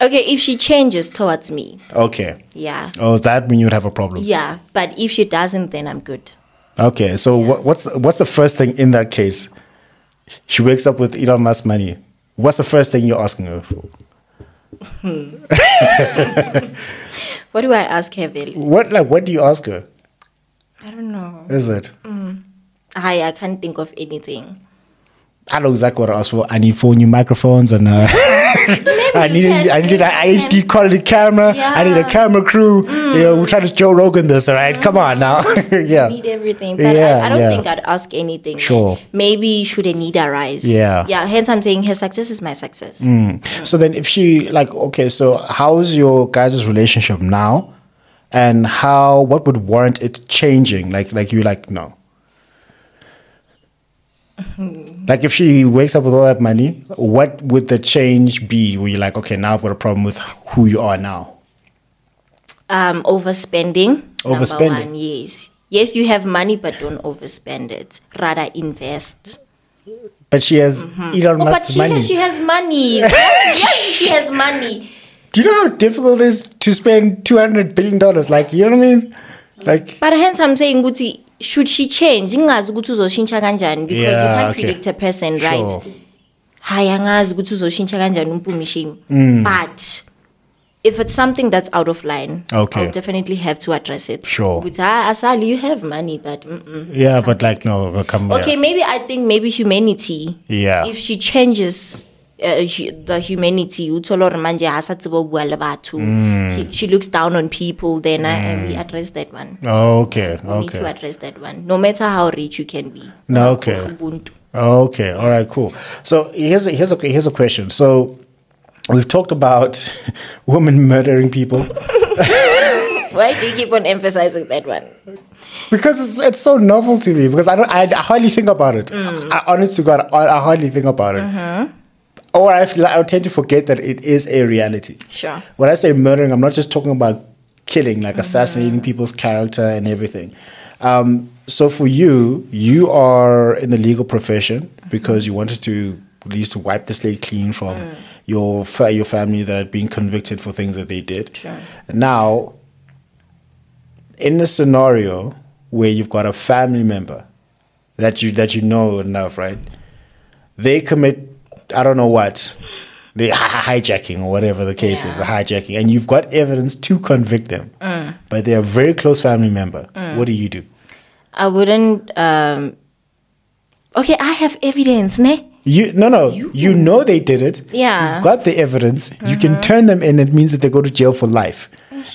Okay, if she changes towards me, Okay. yeah. Oh, does that mean you would have a problem? Yeah, but if she doesn't, then I'm good. Okay, so what, what's what's the first thing in that case? She wakes up with Elon Musk money. What's the first thing you're asking her for? What do I ask her, Veli? What like what do you ask her? I don't know. Is it? I, I can't think of anything. I know exactly what I asked for. I need four new microphones and uh, I need can- I need an maybe you HD quality camera. I need a Yeah. Mm. camera crew. You know, we're trying to Joe Rogan this, all right? Come on now. yeah. I need everything, but Yeah, I, I don't yeah. think I'd ask anything. Sure. Maybe should a need arise. Yeah. Yeah. Hence, I'm saying her success is my success. So then, if she like, okay, so how's your guys' relationship now, and how what would warrant it changing? Like, like you like no. Like if she wakes up with all that money, what would the change be? Where you're like, okay, now I've got a problem with who you are now. Um, overspending. number Overspending. one, yes. Yes, you have money, but don't overspend it. Rather invest. But she has Elon Oh, but Musk's she money. has, she has money. yes, yes, she has money. Do you know how difficult it is to spend two hundred billion dollars? Like, you know what I mean? Like, But hence, I'm saying, Guti, should she change? Ingazi ukuthi uzoshintsha kanjani because Yeah, you can't okay. predict a person, Sure. right? Hayi angazi ukuthi uzoshintsha kanjani umpumishini. Mm. But if it's something that's out of line, Okay. I'll definitely have to address it. Sure. Ukuthi, "Ah, Asali, you have money, but mm-mm. yeah, but like, no, but come okay, maybe I think maybe humanity. Yeah. If she changes. Uh, hu- the humanity uthola gore manje ha sa tsebe ho bua le batho. Mm. He- she looks down on people then I- and we address that one Yeah. Okay. we need to Mm. Okay. address that one no matter how rich you can be No, okay. Ubuntu. Okay. All right. Cool. So here's a, here's a here's a question. So we've talked about women murdering people why do you keep on emphasizing that one because it's, it's so novel to me because I don't I, I hardly think about it. Mm. I, honest to God, I, I hardly think about it. Uh-huh. Or I, feel, I tend to forget that it is a reality. Sure. Mm-hmm. When I say murdering, I'm not just talking about killing, like assassinating people's character and everything. Um, so for you, you are in the legal profession Mm-hmm. because you wanted to at least wipe the slate clean from Mm. your fa- your family that had been convicted for things that they did. Sure. Now, in a scenario where you've got a family member that you that you know enough, right? They commit I don't know what. They hi- hijacking or whatever the case is, a Yeah. hijacking, and you've got evidence to convict them, but they're a very close family member. What do you do? i wouldn't um okay i have evidence ne You no no. You, know they did it. Yeah. Uh-huh. You've got the evidence. You can turn them in. It means that they go to jail for life.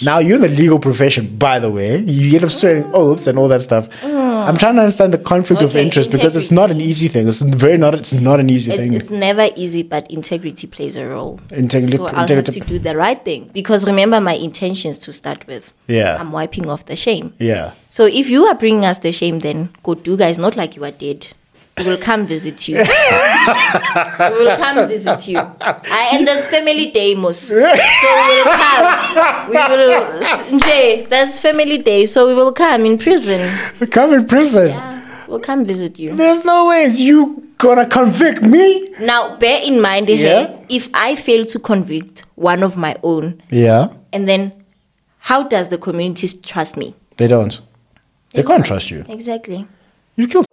Now you're in the legal profession, by the way. You end up swearing oaths and all that stuff. I'm trying to understand the conflict of Oh. Okay, interest because it's not an easy thing. It's very not. It's not an easy it's, thing. it's never easy but integrity plays a role Integrity- so i'll integrity- have to do the right thing because remember my intentions to start with Yeah. i'm wiping off the shame yeah. so if you are bringing us the shame then go do guys not like you are dead we will come visit you. we will come visit you. I, and there's family day, most. So we will come. We will. Njay, there's family day, so we will come in prison. Come in prison. Yeah, we'll come visit you. There's no ways you gonna convict me. Now, bear in mind, eh, Yeah. if I fail to convict one of my own, Yeah. and then how does the community trust me? They don't. They can't trust you. Exactly. You killed.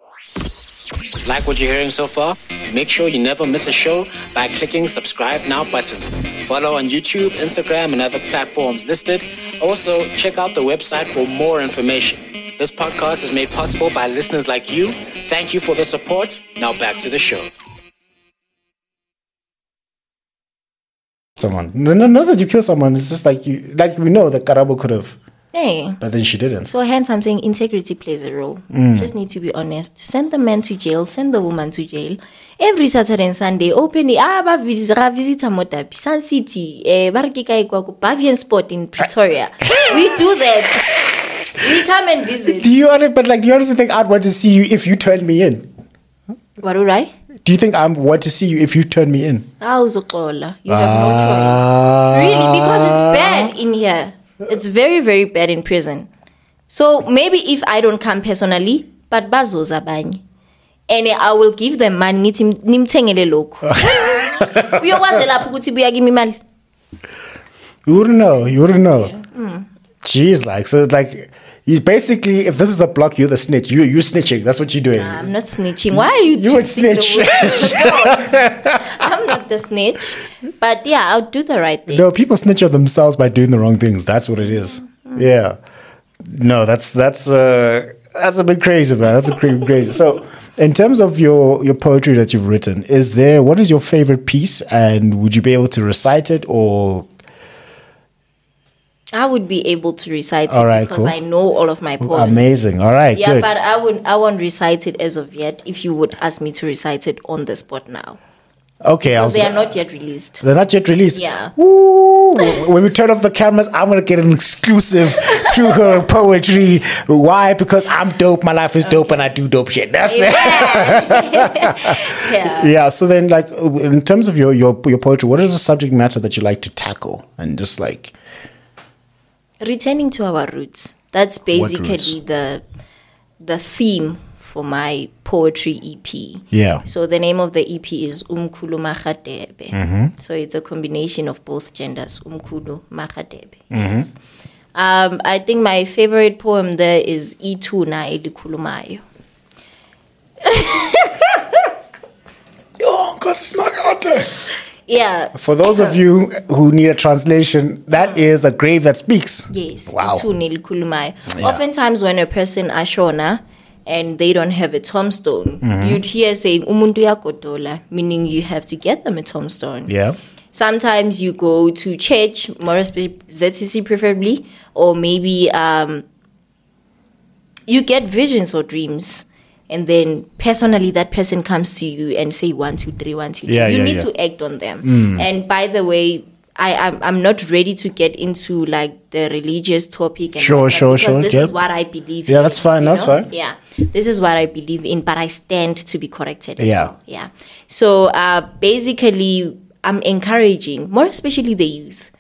Like what you're hearing so far? Make sure you never miss a show by clicking subscribe now button. Follow on YouTube, Instagram, and other platforms listed. Also, check out the website for more information. This podcast is made possible by listeners like you. Thank you for the support. Now back to the show. someone. No, no, not that you kill someone. It's just like you, like we know that Karabo could have, Hey. but then she didn't. So hence I'm saying integrity plays a role. Just need to be honest. Send the man to jail, send the woman to jail. Every Saturday and Sunday, open the ah ba vis- ra visita Motapi, Sun City, eh, ba re ke kae kwa ko, Pavian Sport in Pretoria. we do that. We come and visit. Do you honestly, but like, do you honestly think I'd want to see you if you turned me in? What would I? Do you think I want to see you if you turned me in? Ah, uzoxola. You have no Ah. choice. Really, Uh, because it's bad in here. It's very, very bad in prison. So maybe if I don't come personally, but bazoza banye. And I will give them money nithi- nimthengele lokhu. Uyokwazi lapho ukuthi buya kimi imali. You wouldn't know. You wouldn't know. Hmm. Jeez, like so, it's like you basically, if this is the block, you're the snitch. You you snitching. That's what you're doing. I'm not snitching. Why are you You would twisting the snitch. words? I'm not the snitch. But yeah, I'll do the right thing. No, people snitch on themselves by doing the wrong things. That's what it is. Mm-hmm. Yeah. No, that's that's uh that's a bit crazy, man. That's a bit crazy. So, in terms of your your poetry that you've written, is there what is your favorite piece, and would you be able to recite it or I would be able to recite it All right, because cool. I know all of my poems. amazing? All right, Yeah, good. but I won't. I won't recite it as of yet. If you would ask me to recite it on the spot now, okay, I was. they are not yet released. They're not yet released. Yeah. Ooh, when we turn off the cameras, I'm gonna get an exclusive to her poetry. Why? Because I'm dope. My life is dope, and I do dope shit. That's it. Yeah. yeah so then like in terms of your your, your poetry what is the subject matter that you like to tackle and just like Returning to our roots. That's basically roots? the the theme for my poetry EP. yeah So the name of the EP is Umkulu Makadebe. Mm-hmm. So it's a combination of both genders, Umkulu Makadebe. Mm-hmm. Yes. Um, I think my favorite poem there is E Ituna Edikulumayo. oh because it's Yeah. for those of you who need a translation that is a grave that speaks Yes. wow ithuna elikhulumayo. Yeah. Oftentimes when a person ashona and they don't have a tombstone, Mm-hmm. you'd hear saying umuntu uyagodola, meaning you have to get them a tombstone. yeah Sometimes you go to church, more spe- ZCC preferably, or maybe um, you get visions or dreams. And then personally, that person comes to you and say one, two, three, one, two, three. Yeah, you yeah, Mm. need yeah. to act on them. And by the way, I, I'm, I'm not ready to get into like the religious topic. And Sure, whatnot, sure, because sure, This yeah. is what I believe. Yeah, in, that's fine, you that's know? fine. Yeah, this is what I believe in, but I stand to be corrected. As Yeah. well. Yeah. So uh, basically, I'm encouraging, more especially the youth,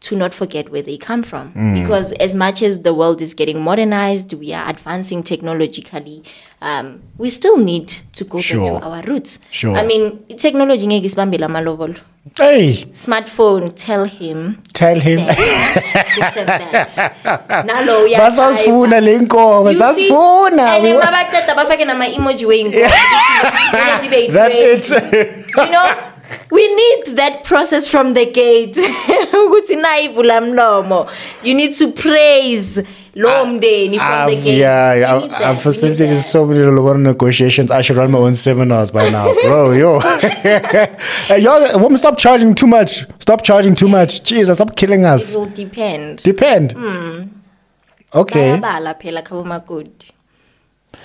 to not forget where they come from. Mm. Because as much as the world is getting modernized, we are advancing technologically, um, we still need to go Sure. back to our roots. Sure. I mean, technology ngeke isibambe la malobolo. hey Smartphone, tell him. tell him This and that. Nalo uyathatha. basasifuna le You nkomo see? sasifuna And then We- mabaqeda bafake nama-emoji weyinkomo. Zibe- zibe yi- that's it you know we need that process from the gate ukuthi nayivula mlomo you need to praise lowo mndeni from the I've, gate Ah, yeah, We yeah, need I've, that, we I've need facilitated that. so many labor negotiations. I should run my own seminars by now, bro. Yo, hey, y'all, woman, stop charging too much. Stop charging too much. Jesus, stop killing it us. will depend Depend. Hmm. Okay, bayabala phela khabomakoti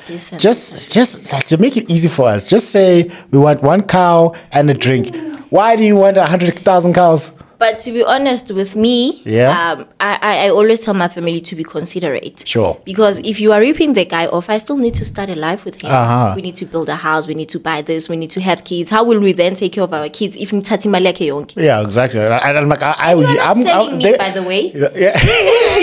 This and- just just like, to make it easy for us, just say we want one cow and a drink. Why do you want a hundred thousand cows? but to be honest with me Yeah. um, I, I, I always tell my family to be considerate Sure. because if you are ripping the guy off i still need to start a life with him Uh-huh. we need to build a house we need to buy this we need to have kids how will we then take care of our kids if nithatha imali yakhe yonke Yeah, exactly. And I'm like, I, I, You're not I'm, selling I'm- me, they- by the way. yeah.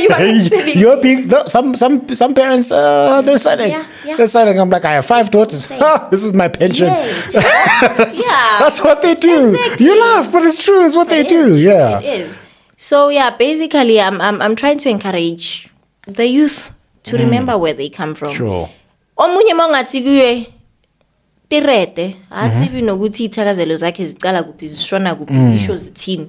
you are not selling You're me. being no, some some some parents uh, they're selling. Yeah, yeah. They're selling. I'm like, I have five daughters. Same. this is my pension. Yes, yeah. That's what they do. Exactly. You laugh, but it's true. It's what they It do. is, Yeah. It is. So yeah, basically, I'm I'm, I'm trying to encourage the youth to remember where they come from. Mm. Sure. omunye uma ungathi kuye tirete Mhm. atsibi nokuthi iy'thakazelo zakhe zicala kuphi zishona kuphi zisho zithini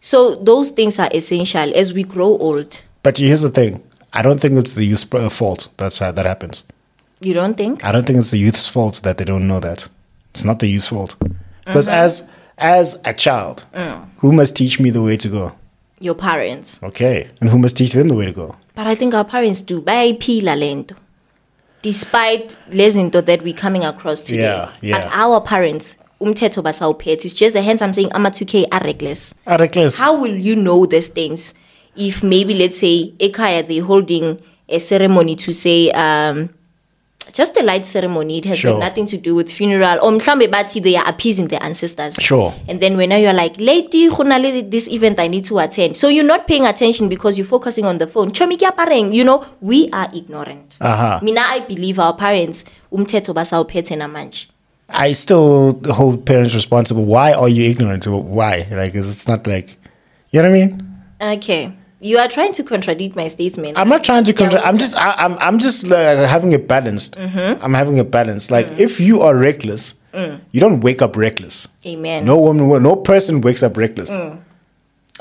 so those things are essential as we grow old But here's the thing. I don't think it's the youth's pr- fault. That's how that happens. you don't think Mm-hmm. I don't think it's the youth's fault that they don't know that. It's not the youth's fault. Because as as a child, Mm. who must teach me the way to go? your parents. Okay. And who must teach them the way to go? But I think our parents do. Bayayiphila le nto. Despite lezinto that we're coming across today. Yeah, yeah. But our parents, umthetho basawuphethe. It's just the hence I'm saying ama2K are reckless. Are reckless. How will you know these things if maybe let's say ekhaya they're holding a ceremony to say um just a light ceremony. It has Sure. got nothing to do with funeral. Or mhlambe bathi they are appeasing their ancestors. Sure. And then when now you're like, lady, go na le this event I need to attend. So you're not paying attention because you're focusing on the phone. Chomi ke apareng. You know, we are ignorant. Uh-huh. Mina, I believe our parents umthetho basawuphethe namanje. I still hold parents responsible. Why are you ignorant? Why? Like, it's it's not like, you know what I mean? Okay. You are trying to contradict my statement. I'm not trying to control. we- Mm-hmm. I'm just, I, I'm, I'm just like, having it balanced. I'm having a balance. Like, Mm. if you are reckless, you don't wake up reckless. Amen. Mm. No woman, no person wakes up reckless.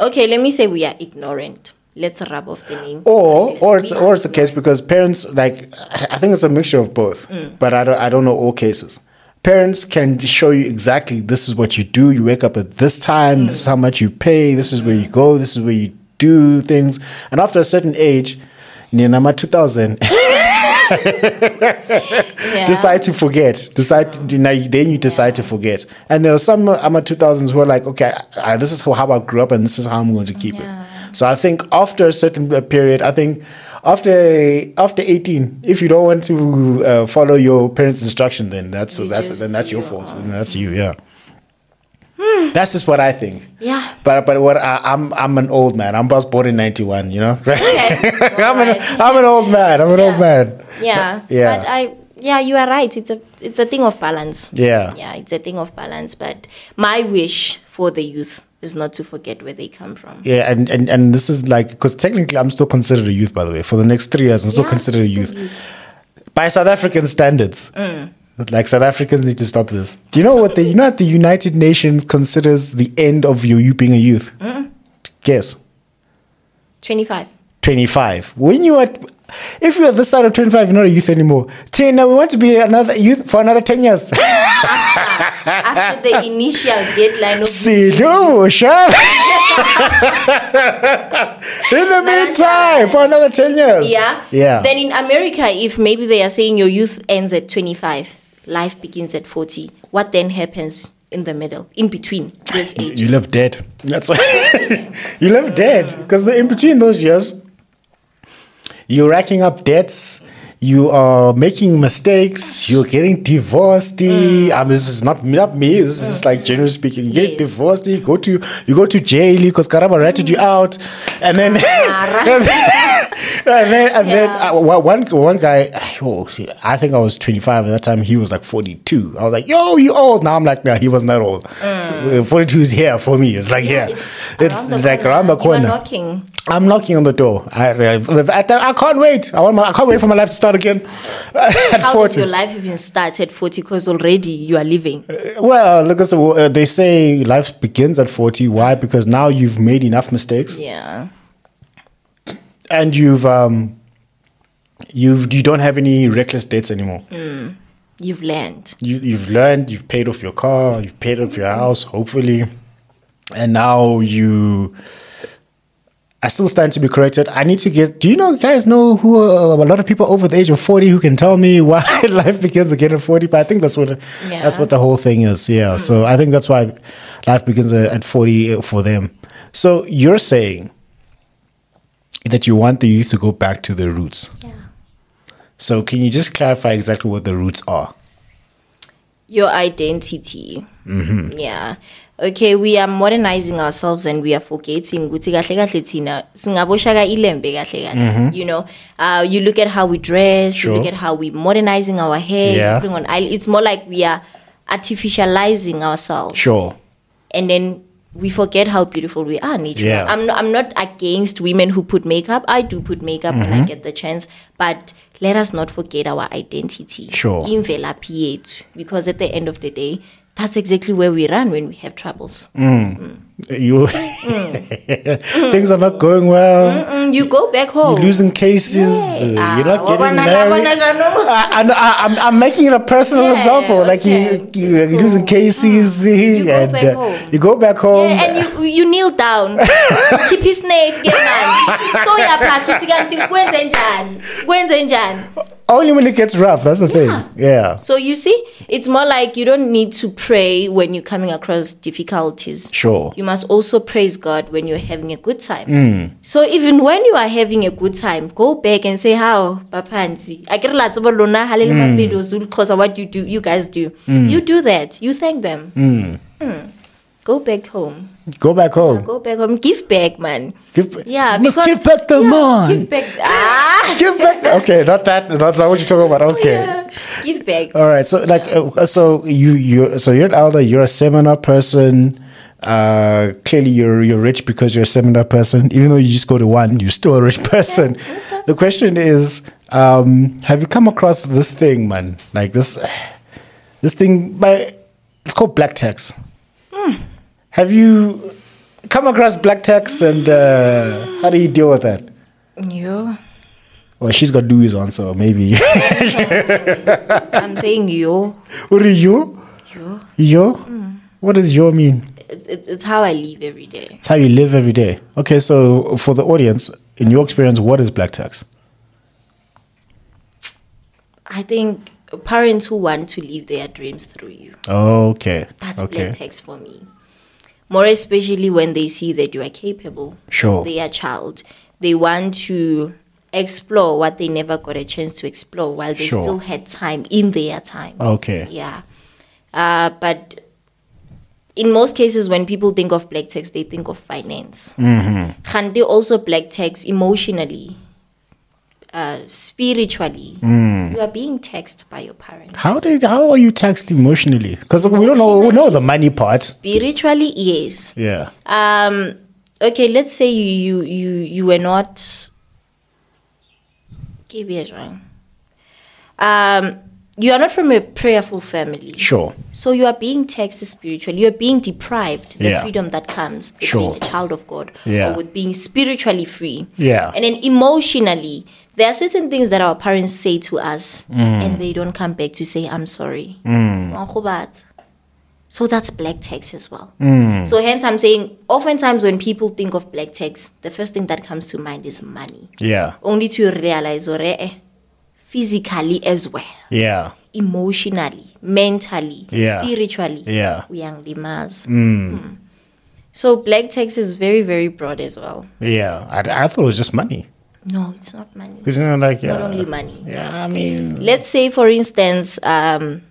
Okay, let me say we are ignorant. Let's rub off the name. or Let's or it's be or it's the case ignorant. because parents like I I think it's a mixture of both, but I don't I don't know all cases. Parents can show you exactly this is what you do. You wake up at this time. This is how much you pay. This is where you go. This is where you do things. And after a certain age, near number two thousand, Yeah. decide to forget. Decide to, now you- then you decide to forget. And there are some ama two thousands who are like, okay, I, I- this is how, how I grew up, and this is how I'm going to keep it. So I think after a certain uh, period, I think after after eighteen, if you don't want to uh, follow your parents' instruction, then that's You that's just then that's do your your fault. own. Hmm. And that's you, yeah. That's just what I think. Yeah. But but what I, I'm I'm an old man. I'm was born in ninety one. You know. I'm an alright. I'm an old man. I'm an old Yeah. man. yeah. Yeah. But I yeah, you are right. It's a it's a thing of balance. Yeah. Yeah, it's a thing of balance. But my wish for the youth is not to forget where they come from. Yeah, and, and, and this is like because technically I'm still considered a youth, by the way. For the next three years, I'm still Yeah, considered a still youth by South African standards. Mm. Like South Africans need to stop this. Do you know what the you know what the United Nations considers the end of your you being a youth? Mm. Guess Twenty five. twenty five. When you are, if you are this side of twenty five, you're not a youth anymore. Ten. Now we want to be another youth for another ten years. After the initial deadline of Silobo Shah. In the meantime, for another ten years. yeah. Yeah. Then in America, if maybe they are saying your youth ends at twenty five, life begins at forty, what then happens in the middle, in between these ages? you live dead. That's why you live dead because in between those years, you're racking up debts. You are making mistakes. You're getting divorced. I mean, this is not me. Not me. This is like generally speaking. You get Yes. divorced. You go to you go to jail because Karaba ratted you out, and then and then and then, and then Yeah. uh, one one- one guy. Oh, shit, I think I was 25 at that time. He was like 42. I was like, yo, you old? Now I'm like, no, he was not old. Uh, 42 is here for me. It's like yeah, it's, Mm. around the like around the You are corner. knocking. I'm knocking on the door. I, I, I, I can't wait. I want my, I can't wait for my life to start again at How did 40. your life even start at 40? Because already you are living. Uh, Well, look, it's- uh, they say life begins at 40. Why? Because now you've made enough mistakes Yeah. and you've, um, you've, you don't have any reckless debts anymore. You've learned. You, you've learned, you've paid off your car, you've paid off your house, hopefully. And now you, I still stand to be corrected. I need to get. Do you know, guys, know who uh, a lot of people over the age of forty who can tell me why life begins again at forty? But I think that's what that's Yeah. Hmm. what the whole thing is. Yeah. So I think that's why life begins uh, at forty for them. So you're saying that you want the youth to go back to their roots. Yeah. So can you just clarify exactly what the roots are? Your identity. Mm-hmm. Yeah. Okay, we are modernizing ourselves and we are forgetting ukuthi kahle kahle thina singaboshaka ilembe kahle kahle. You know, uh, you look at how we dress, Mm-hmm. Sure. you look at how we modernizing our hair, Yeah. putting on eyel- it's more like we are artificializing ourselves. Sure. and then we forget how beautiful we are natural. Yeah. I'm not, I'm not against women who put makeup. I do put makeup when Mm-hmm. I get the chance, but let us not forget our identity. Sure. Imvelaphi yethu. because at the end of the day, that's exactly where we run when we have Mm. troubles. you things are not going well Mm, you go back home. You're losing cases. Uh, Yeah. You're not Ah, getting wabona- married. wabona jalo. I, am I'm making it a personal Yeah, example. Like okay. you, you, It's you're losing cool. Mm. cases, go and back uh, home. you go back home. Yeah, and you, you kneel down keep his name so uyaphatha ukuthi kanti kwenze njani kwenze njani Only when it gets rough. That's the thing. Yeah. so you see it's more like you don't need to pray when you're coming across difficulties Sure. Mm. you must also praise god when you're having a good time so even when you are having a good time go back and say how papanzi i get lots of lona halele Mm. mapedo zulu xhosa what you do you guys do you do that you thank them Mm. go back home Go back home. go back home give back man Give, Yeah, you must because- give back the yeah, man. Give back. Ah, Give back. Okay, not that. Not, not what you're talking about. Okay. give back. All right. So like, uh, so you you so you're an elder. You're a seminar person. Uh, clearly you're you're rich because you're a seminar person. Even though you just go to one, you're still a rich person. The question is, um, have you come across this thing, man? Like this, this thing by it's called black tax. Have you come across black tax, and uh, how do you deal with that? Yo, Well, she's got Louis on, so maybe. I'm saying yo. What are you? Yo. Yo? What does yo mean? It's, it's, it's how I live every day. It's how you live every day. Okay, so for the audience, in your experience, what is black tax? I think parents who want to live their dreams through you. Okay. That's okay. black text for me. More especially when they see that you are capable. as Sure. They are child. They want to explore what they never got a chance to explore while they Sure. still had time in their time. Okay. Yeah. Uh, but in most cases, when people think of black tax, they think of finance. Mm-hmm. Can they also black tax emotionally, uh, spiritually? You are being taxed by your parents. Mm. How did how are you taxed emotionally? Because we don't know we know the money part. Spiritually, yes. Yeah. Um, okay, let's say you you you you were not. Give me a wrong. Um, you are not from a prayerful family. Sure. So you are being taxed spiritually. You are being deprived the Yeah. freedom that comes with Sure. being a child of God Yeah. or with being spiritually free. Yeah. And then emotionally, there are certain things that our parents say to us Mm. and they don't come back to say, I'm sorry. Wangobat. So that's black tax as well. Mm. So hence I'm saying oftentimes when people think of black tax, the first thing that comes to mind is money. Yeah. Only to realize or physically as well Yeah. emotionally, mentally, Yeah. spiritually. Yeah. We are Limas. Mm. So black tax is very, very broad as well. Yeah. I, I thought it was just money. No, it's not money. Because you know, like yeah. Not only money. Yeah, I mean Let's say, for instance, um,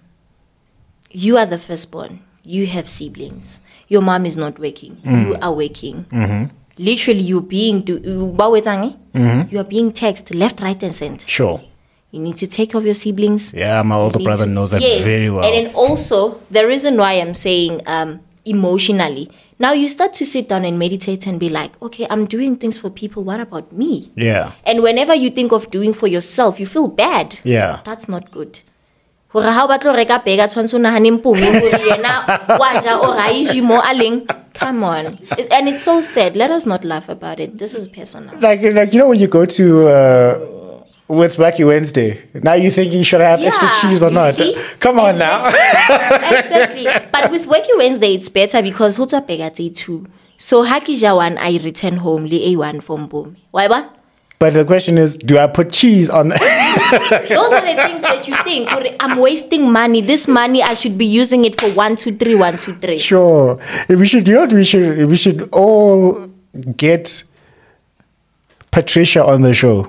you are the firstborn. You have siblings. Your mom is not working. Mm. You are working. Mm-hmm. Literally, you're being do- you ba wetang, eh? you are being taxed left, right, and center. sure. You need to take care of your siblings. Yeah, my older need brother to- knows that Yes, very well. And then also, the reason why I'm saying um, emotionally, now you start to sit down and meditate and be like, okay, I'm doing things for people. What about me? yeah. And whenever you think of doing for yourself, you feel bad. Yeah. That's not good. Hore ha o batla ho reka bag, a tshwanetse o nahane mpumi hore yena wa ja or ha e je mo a leng. Come on. It- And it's so sad. Let us not laugh about it. This is personal. Like like you know when you go to uh what's Wacky Wednesday? Now you think you should have extra Yeah, cheese or you not. see? Come on now. exactly. But with Wacky Wednesday, it's better because Huta Pegati too. So Hakija one, I return home, Li A1 from Boom. Why? ba? But the question is, do I put cheese on? The- Those are the things that you think. "Hore, I'm wasting money. This money, I should be using it for one, two, three, one, two, three. sure, we should. You know, what we should. We should all get Patricia on the show.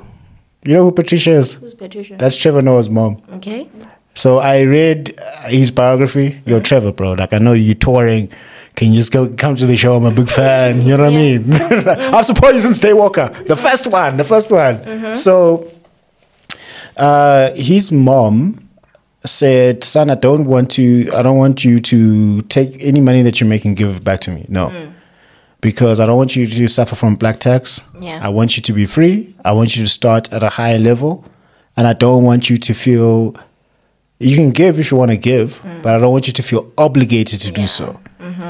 You know who Patricia is? Who's Patricia? That's Trevor Noah's mom. okay. So I read uh, his biography. Yo, Trevor, bro. Like I know you touring. Can you just go come to the show? I'm a big fan. You know what I Yeah. mean? I've supported you since Day Walker, the first one, the first one. So uh, his mom said, "Son, I don't want to. I don't want you to take any money that you make and give it back to me. No." Mm. Because I don't want you to suffer from black tax. Yeah. I want you to be free. I want you to start at a higher level. And I don't want you to feel you can give if you want to Mm. Mm-hmm. give, but I don't want you to feel obligated to do so.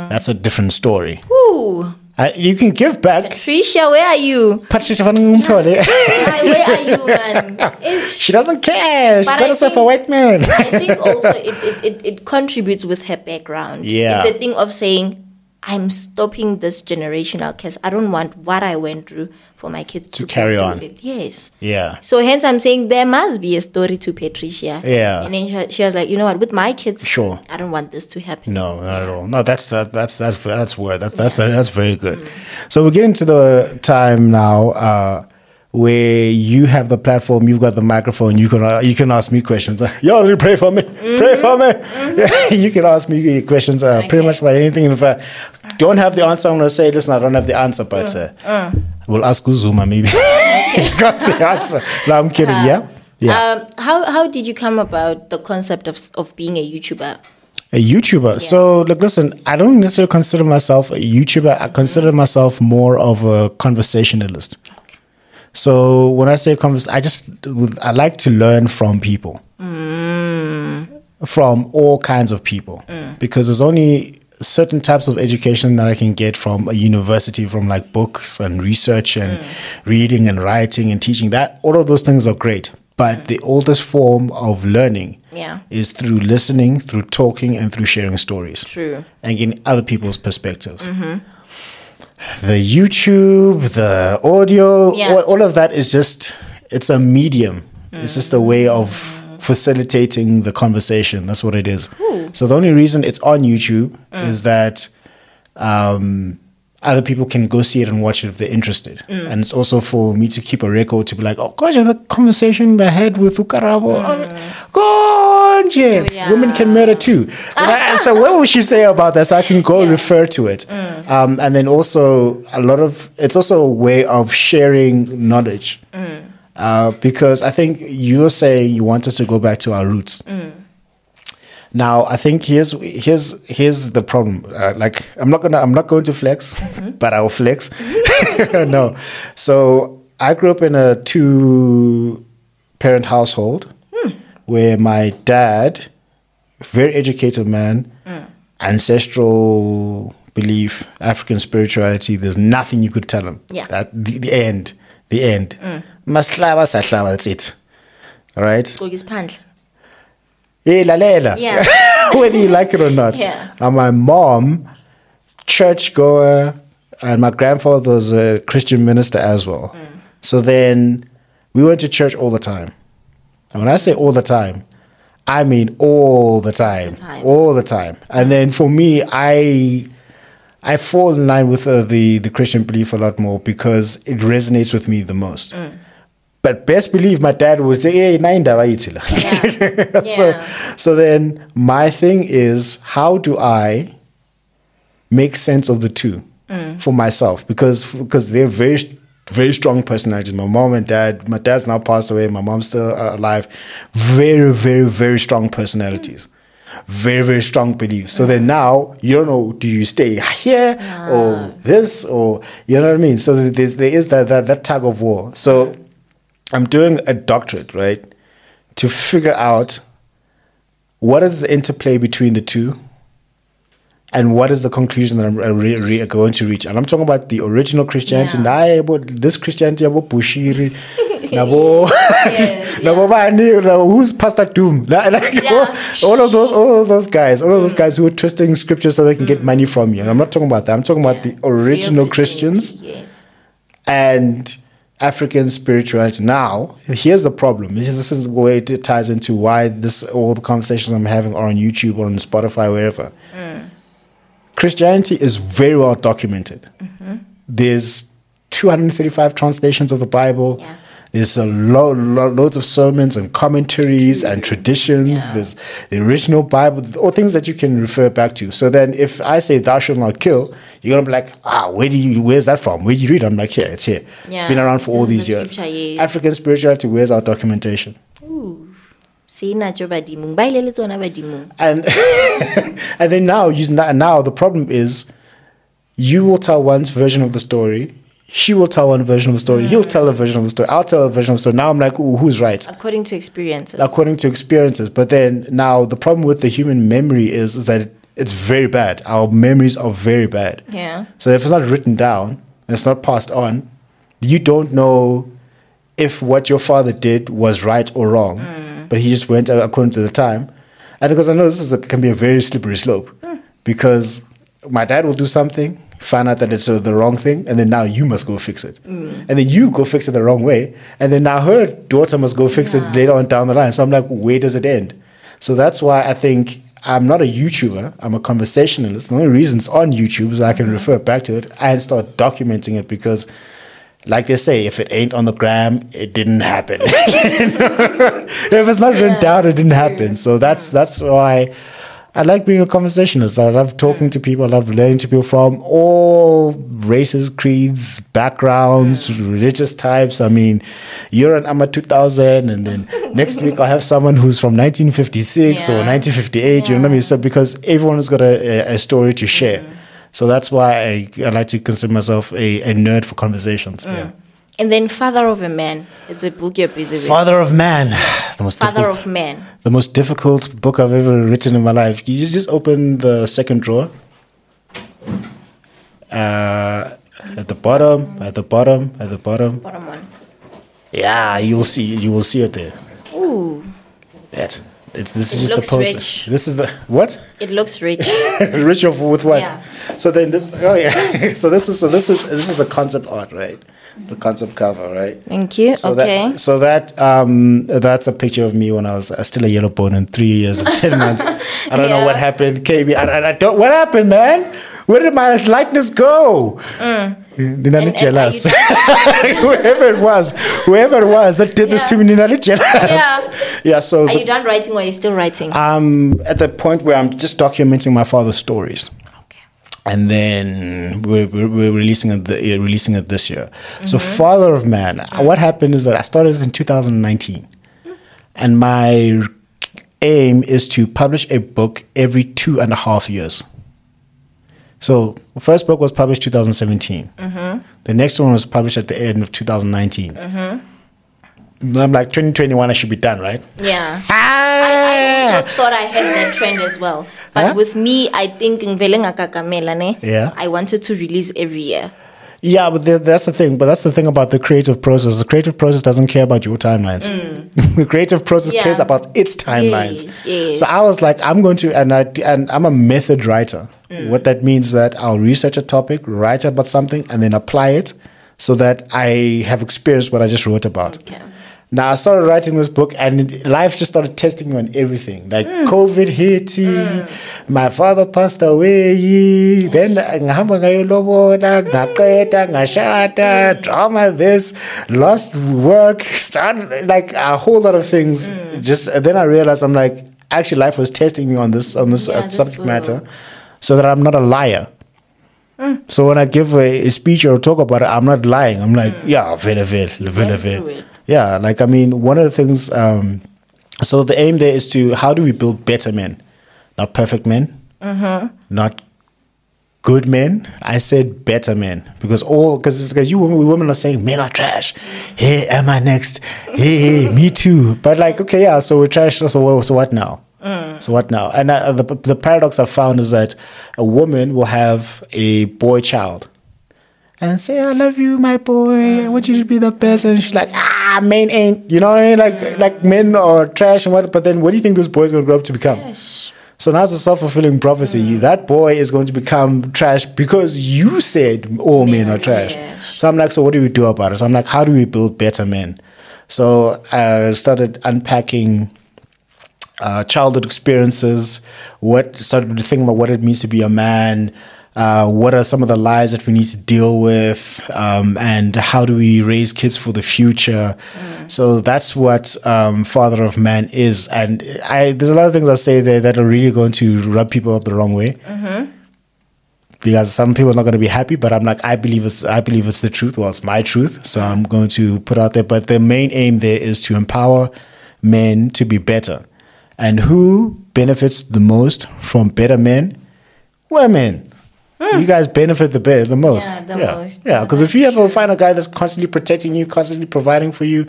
That's a different story. Ooh. Uh, you can give back. Trisha, where are you? Patricia Van Ngumtole. Hi, where are you, man? Ish. she doesn't care. She But got I herself a think- white man. I think also it, it, it, it contributes with her background. Yeah. It's a thing of saying, I'm stopping this generational curse. I don't want what I went through for my kids to, go carry through on. it." Yes. yeah. So hence I'm saying there must be a story to Patricia. Yeah. And then she, she was like, you know what, with my kids, Sure. I don't want this to happen. No, not at all. No, that's that, that's that's that's word. That's that's that's very good. So we're getting to the time now uh, where you have the platform, you've got the microphone, you can uh, you can ask me questions. Y'all do pray for me, pray for me. you can ask me questions uh, pretty much about anything. If I don't have the answer, I'm gonna say, listen, I don't have the answer, but uh, we'll ask Uzuma maybe. He's got the answer. No, I'm kidding. Yeah, yeah. Um, how, how did you come about the concept of, s- of being a YouTuber? A YouTuber. So, like, listen, I don't necessarily consider myself a YouTuber. I consider myself more of a conversationalist. So, when I say convers, I just I like to learn from people, from all kinds of people, because there's only certain types of education that I can get from a university, from like books and research and reading and writing and teaching. That all of those things are great, but the oldest form of learning Yeah. is through listening, through talking, and through sharing stories. True. And getting other people's perspectives. The YouTube, the audio, Yeah. all, all of that is just, it's a medium. It's just a way of facilitating the conversation. That's what it is. So the only reason it's on YouTube is that um, other people can go see it and watch it if they're interested. And it's also for me to keep a record to be like, oh gosh, the conversation I had with Ukarabo. Konje. yeah. Women can murder too. Right? so what would she say about that? So I can go refer to it. Um, and then also a lot of it's also a way of sharing knowledge. Uh, because I think you're saying you want us to go back to our roots. Now, I think here's here's here's the problem. Uh, like, I'm not gonna I'm not going to flex, but I'll flex. no, so I grew up in a two parent household where my dad, very educated man, ancestral belief, African spirituality. There's nothing you could tell him. Yeah. that the, the end, the end. Maslava, sahlaba. That's it. All right. Gogis Pandl. Hey, lalela. Yeah. Whether you like it or not. Yeah. Now, my mom, churchgoer, and my grandfather was a Christian minister as well. Mm. So then we went to church all the time. And when I say all the time, I mean all the time. time. All the time. And then for me, I. I fall in line with uh, the the Christian belief a lot more because it resonates with me the most. Mm. But best believe my dad would say, "Eh, "Hey, na indaba yithi la." Yeah. so Yeah. so then my thing is how do i make sense of the two for myself because because they're very very strong personalities my mom and dad my dad's now passed away my mom's still uh, alive very very very strong personalities very very strong beliefs so then now you don't know do you stay here or this or you know what i mean so there's, there is that, that that tug of war so i'm doing a doctorate right to figure out what is the interplay between the two and what is the conclusion that I'm uh, re- re- going to reach? And I'm talking about the original Christianity. Yeah. Yeah. This Christianity, yabo Bushiri, nabo, Yes, nabo bani, nabo- who's Pastor Doom? Like, like, Yeah. Mm. all, all of those, all of those guys, all of those guys who are twisting scripture so they can get money from you. And I'm not talking about that. I'm talking about the original Real Christians Christianity, Yes. and African spirituality. Now, here's the problem. This is where it ties into why this all the conversations I'm having are on YouTube or on Spotify, wherever. Christianity is very well documented. There's 235 translations of the Bible. Yeah. There's a lo- lo- loads of sermons and commentaries and traditions. There's the original Bible, all things that you can refer back to. So then, if I say "Thou shalt not kill," you're gonna be like, "Ah, where do you? Where's that from? Where do you read?" it?" I'm like, "Here, it's here. It's Yeah. been around for all This is these the years." scripture, yes. African spirituality. Where's our documentation? Seina jo badimong. Ba ile le tsona badimong. and and then now using that now the problem is you will tell one's version of the story she will tell one version of the story Mm. he'll tell a version of the story i'll tell a version of the story now i'm like ooh, who's right According to experiences. according to experiences but then now the problem with the human memory is, is that it, it's very bad. Our memories are very bad. Yeah. So if it's not written down and it's not passed on, you don't know if what your father did was right or wrong, but he just went according to the time. And because I know this is a, can be a very slippery slope, because my dad will do something, find out that it's uh, the wrong thing, and then now you must go fix it, and then you go fix it the wrong way, and then now her daughter must go fix it later on down the line. So I'm like, where does it end? So that's why I think I'm not a YouTuber. I'm a conversationalist. The only reason it's on YouTube is I can refer back to it and start documenting it because like they say, if it ain't on the gram, it didn't happen. if it's not written down, it didn't happen. So that's that's why I like being a conversationalist. I love talking to people. I love learning to people from all races, creeds, backgrounds, religious types. I mean, you're an Amma 2000, and then next week I'll have someone who's from 1956 or Yeah. 1958. You know what I mean? So because everyone has got a, a, a story to share. So that's why I, I like to consider myself a, a nerd for conversations. Yeah. And then Father of a Man. It's a book you're busy with. Father of Man, the most Father difficult, of Man. the most difficult book I've ever written in my life. Can You just open the second drawer. Uh, at the bottom, at the bottom, at the bottom. Bottom one. Yeah, you'll see. You will see it there. Ooh, That. It's, this It is just the looks poster. rich. This is the what? it looks rich. rich of with what? Yeah. So then this. Oh yeah. so this is so this is this is the concept art, right? The concept cover, right? Thank you. So okay. that so that um that's a picture of me when I was uh, still a yellow bone in three years and ten months. I don't know what Yeah. happened, KB. I, I, I don't. What happened, man? Where did my likeness go? Ninali Mm. And- and are you- jealous. whoever it was, whoever it was that did this to Yeah. me, Ninali jealous. Yeah. Yeah. So Are the- Ah. you done writing or are you still writing? I'm at the point where I'm just documenting my father's stories okay. and then we're, we're, we're releasing it the, uh, releasing it this year. So Mm-hmm. Father of Man, what happened is that I started this in 2019, and my aim is to publish a book every two and a half years. So the first book was published 2017. Mm-hmm. The next one was published at the end of 2019. Mm-hmm. And I'm like 2021, I should be done, right? Yeah. I also thought I had that trend as well. But Huh? with me, I think Ngvelenga Kakamela, ne? Yeah. I wanted to release every year. Yeah, but the, that's the thing. But that's the thing about the creative process. The creative process doesn't care about your timelines. the creative process Mm. Yeah. cares about its timelines. Yes, yes. So I was like, I'm going to, and I and I'm a method writer. Mm. What that means that I'll research a topic, write about something, and then apply it, so that I have experienced what I just wrote about. Okay. Now I started writing this book, and it- life just started testing me on everything. Like Hmm. COVID hit, my father passed away. Then ngahamba ngayolobola, Hmm. ngaqeda, ngashada, drama, this, lost work, started like a whole lot of things. Hmm. Just and then I realized I'm like actually life was testing me on this on this, Yeah, uh, this subject book. matter, so that I'm not a liar. So when I give a, a speech or talk about it, I'm not lying. I'm like, yeah, vele vele, vele went Mm. through vele. it. Yeah, like I mean, one of the things. Um, so the aim there is to how do we build better men, not perfect men, Mm-hmm. not good men. I said better men because all because because you women, we women are saying men are trash. Hey, am I next? Hey, hey, me too. But like, okay, yeah. So we're trash. So what- so what now? Mm. So what now? And uh, the the paradox I found is that a woman will have a boy child and say, I love you, my boy. I want you to be the best. And she's like, ah, men ain't. You know what I mean? Like, like men are trash and what. But then what do you think this boy's going to grow up to become? So now it's a self fulfilling prophecy. That boy is going to become trash because you said all men are trash. trash. So I'm like, so what do we do about it? So I'm like, how do we build better men? So I started unpacking uh, childhood experiences, what started to think about what it means to be a man, uh, what are some of the lies that we need to deal with, um, and how do we raise kids for the future. So that's what um, Father of Man is. And I, there's a lot of things I say there that are really going to rub people up the wrong way. Because some people are not going to be happy, but I'm like, I believe it's, I believe it's the truth. Well, it's my truth, so I'm going to put out there. But the main aim there is to empower men to be better, and who benefits the most from better men? Women. You guys benefit the best, the most. Hmm. Yeah, the most. Yeah, because if you ever find a guy that's constantly protecting you, Hmm. constantly providing for you,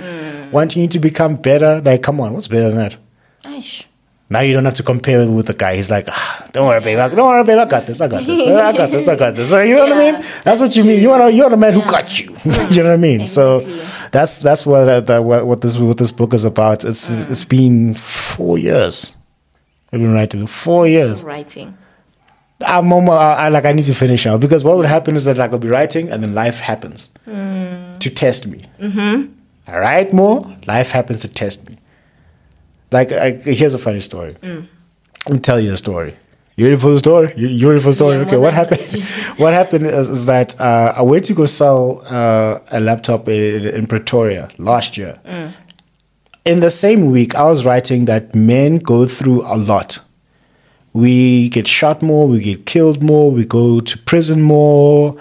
wanting you to become better, like, come on, what's better than that? Aish. Now you don't have to compare it with the guy. He's like, ah, don't worry, babe. I- Don't worry, babe. I got this. I got this. I got this. I got this. So you know what I Yeah, mean? That's what you mean. You are you're the man who got you. you know what I mean? So exactly. that's that's what that, that, what, what this what this book is about. It's it's been four years. I've been writing four years. writing. I'm almost, I, I ah, like I need to finish now because what would happen is that like I'll be writing and then life happens Hmm. to test me. Mm-hmm. I write more, life happens to test me. Like I, here's a funny story. Mm. Let me tell you a story. You ready for the story? You, you ready for the story? Yeah, okay, more what than happened? what happened is, is that uh, I went to go sell uh, a laptop in, in Pretoria last year. Mm. In the same week, I was writing that men go through a lot we get shot more, we get killed more, we go to prison more,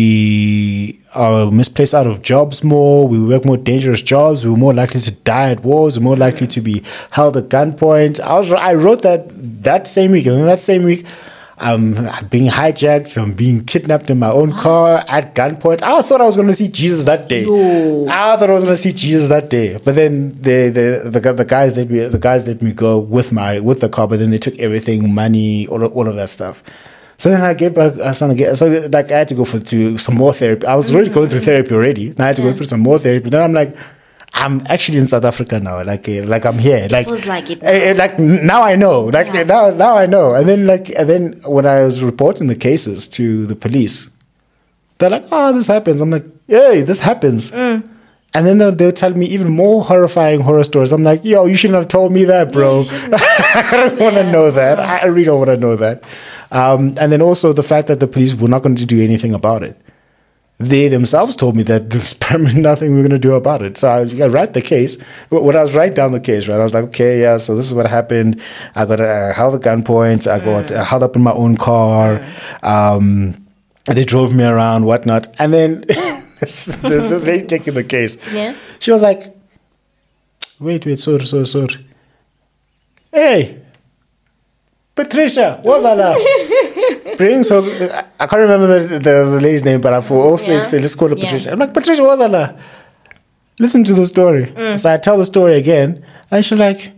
we are misplaced out of jobs more, we work more dangerous jobs, we're more likely to die at wars, we're more likely to be held at gunpoint. I was I wrote that that same week, and then that same week, I'm being hijacked, I'm being kidnapped in my own car at gunpoint. I thought I was gonna see Jesus that day. I thought I was gonna see Jesus that day, but then the the the, gu- the guys let me the guys let me go with my with the car, but then they took everything, money, all of- all of that stuff. So then I get back, I started to get so like I had to go for to some more therapy. I was Mm. already going through therapy already. Now I had to go through some more therapy. Then I'm like. I'm actually in South Africa now. Like, eh, like I'm here. Like, feels like it eh, eh, like now I know. Like Yeah. now, now I know. And then, like, and then when I was reporting the cases to the police, they're like, oh, this happens. I'm like, hey, this happens. And then they'll, they'll tell me even more horrifying horror stories. I'm like, yo, you shouldn't have told me that, bro. I don't want to know that. I I really don't want to know that. Um, and then also the fact that the police were not going to do anything about it. They themselves told me that there's permanently nothing we're going to do about it. So I, I write the case. But When I was writing down the case, right, I was like, okay, yeah, so this is what happened. I got uh, held at gunpoint. I got uh, held up in my own car. Um, they drove me around, whatnot. And then they they taking the case. Yeah. She was like, wait, wait, sorry, sorry, sorry. Hey, Patricia, what's her name? Brings her, I can't remember the, the, the lady's name, but I for all Yeah. sake, say, let's call her Yeah. Patricia. I'm like, Patricia, what's her name? Listen to the story. Mm. So I tell the story again, and she's like,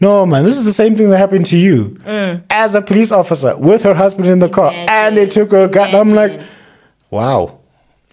no, man, this is the same thing that happened to you Mm. as a police officer with her husband in the car, and they took her gun. I'm like, Imagine. wow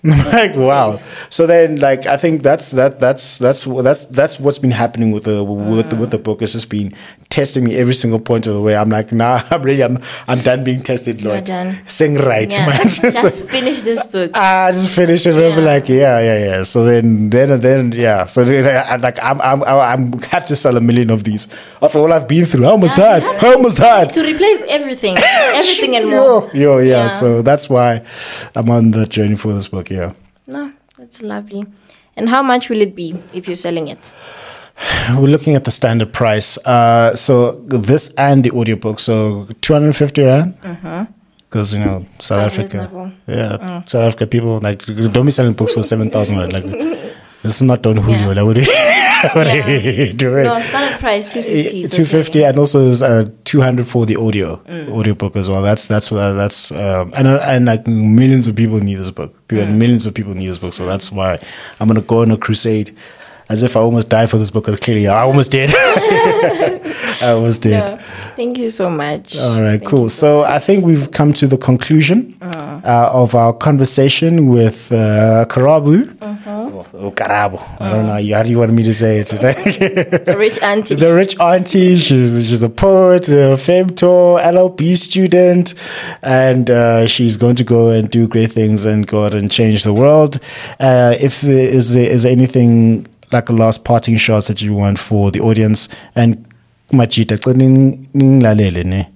like wow so then like i think that's that that's that's wh- that's that's what's been happening with the with the, with the book it's just been testing me every single point of the way i'm like nah i'm really i'm i'm done being tested You're lord done. sing right Yeah. man Just Ah. Just like- finish this book. I just finished it over Yeah. like yeah yeah yeah so then then then yeah so then I, I- like I'm I'm I'm I have to sell a million of these after all I've been through I almost Yeah, you died have I to- almost died To replace everything, everything and yo more. yo yeah. Yeah. so that's why I'm on the journey for this book yeah No, that's lovely. And how much will it be if you're selling it? We're looking at the standard price. Uh, so this and the audiobook. So 250 rand. Uh-huh. Because, you know, South Unreasonable. Africa. Yeah. Oh. South Africa people, like, don't be selling books for 7,000 rand. Like, this is not Don Julio. Yeah. Like, what are you, what are Yeah. you doing? No, standard price two fifty. Eh, 250 and also there's, uh, 200 for the audio audiobook as well that's that's what that's um, and, uh, and like millions of people need this book people, millions of people need this book so that's why i'm gonna go on a crusade as if i almost died for this book 'cause clearly i almost did i almost did No, thank you so much. all right, cool. So I think we've come to the conclusion uh, of our conversation with uh, Karabu. Or, or Karabo. I don't know. you- How do you want me to say it? Rich auntie. the rich auntie. She's she's a poet, a femto, LLB student, and uh, she's going to go and do great things and go out and change the world. Uh, if there is there is there anything like a last parting shot that you want for the audience and Machita, xa ning- ningilalele ne,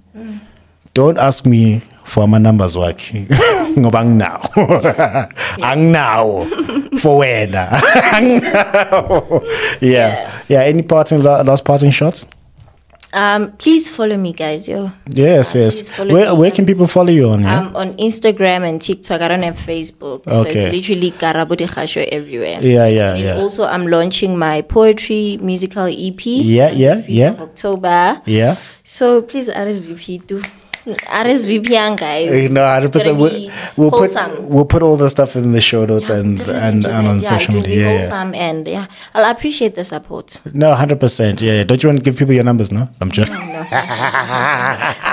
don't ask me for my numbers wakhe ngoba anginawo anginawo for wena anginawo yeah yeah any parting la- last parting shots Um, please follow me, guys. Yo, yes Ah, please yes follow where, me um, where can people follow you on yeah? I'm on Instagram and TikTok. I don't have Facebook, so Okay. it's literally Karabudi Khasho everywhere. yeah yeah And yeah also, I'm launching my poetry musical EP. Yeah, on yeah, 5th yeah. Of October. yeah So please RSVP. Do RSVP young guys. You know, Eh, hundred It's percent. gonna We'll, be we'll put wholesome. we'll put all the stuff in the show notes and Definitely and, do and that. on yeah, social it will media. Be Yeah, yeah. wholesome and yeah, I'll appreciate the support. No, hundred percent. Yeah, yeah. Don't you want to give people your numbers? No, I'm joking. Mm,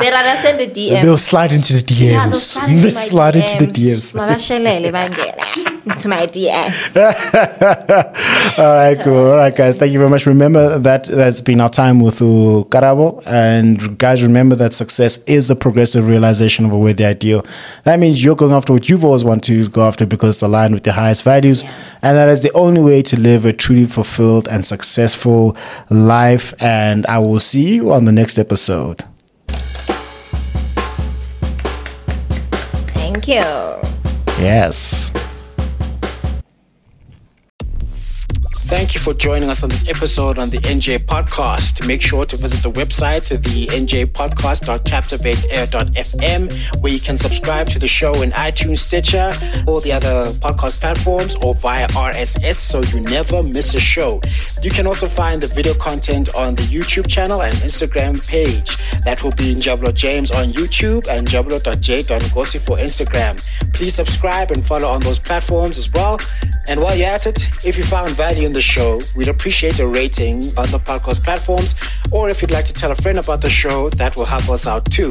They'll rather send a DM. Ah. They'll slide into the DMs. yeah, they'll slide into, They my slide into the DMs. DMs. Mabashelele bangena into my DMs. All right, cool. All right, guys. Thank you very much. Remember that that's been our time with uh, Karabo. And guys, remember that success is a progressive realization of a worthy ideal. That means you're going after what you've always wanted to go after because it's aligned with your highest values. And that is the only way to live a truly fulfilled and successful life. And I will see you on the next episode. Thank you. Yes. Thank you for joining us on this episode on the NJ Podcast. Make sure to visit the website, the njpodcast.captivateair.fm, where you can subscribe to the show in iTunes, Stitcher, all the other podcast platforms, or via RSS so you never miss a show. You can also find the video content on the YouTube channel and Instagram page. That will be Njablo James on YouTube and Njablo.j.ngosi for Instagram. Please subscribe and follow on those platforms as well. And while you're at it, if you found value in the show, we'd appreciate a rating on the podcast platforms. Or if you'd like to tell a friend about the show, that will help us out too.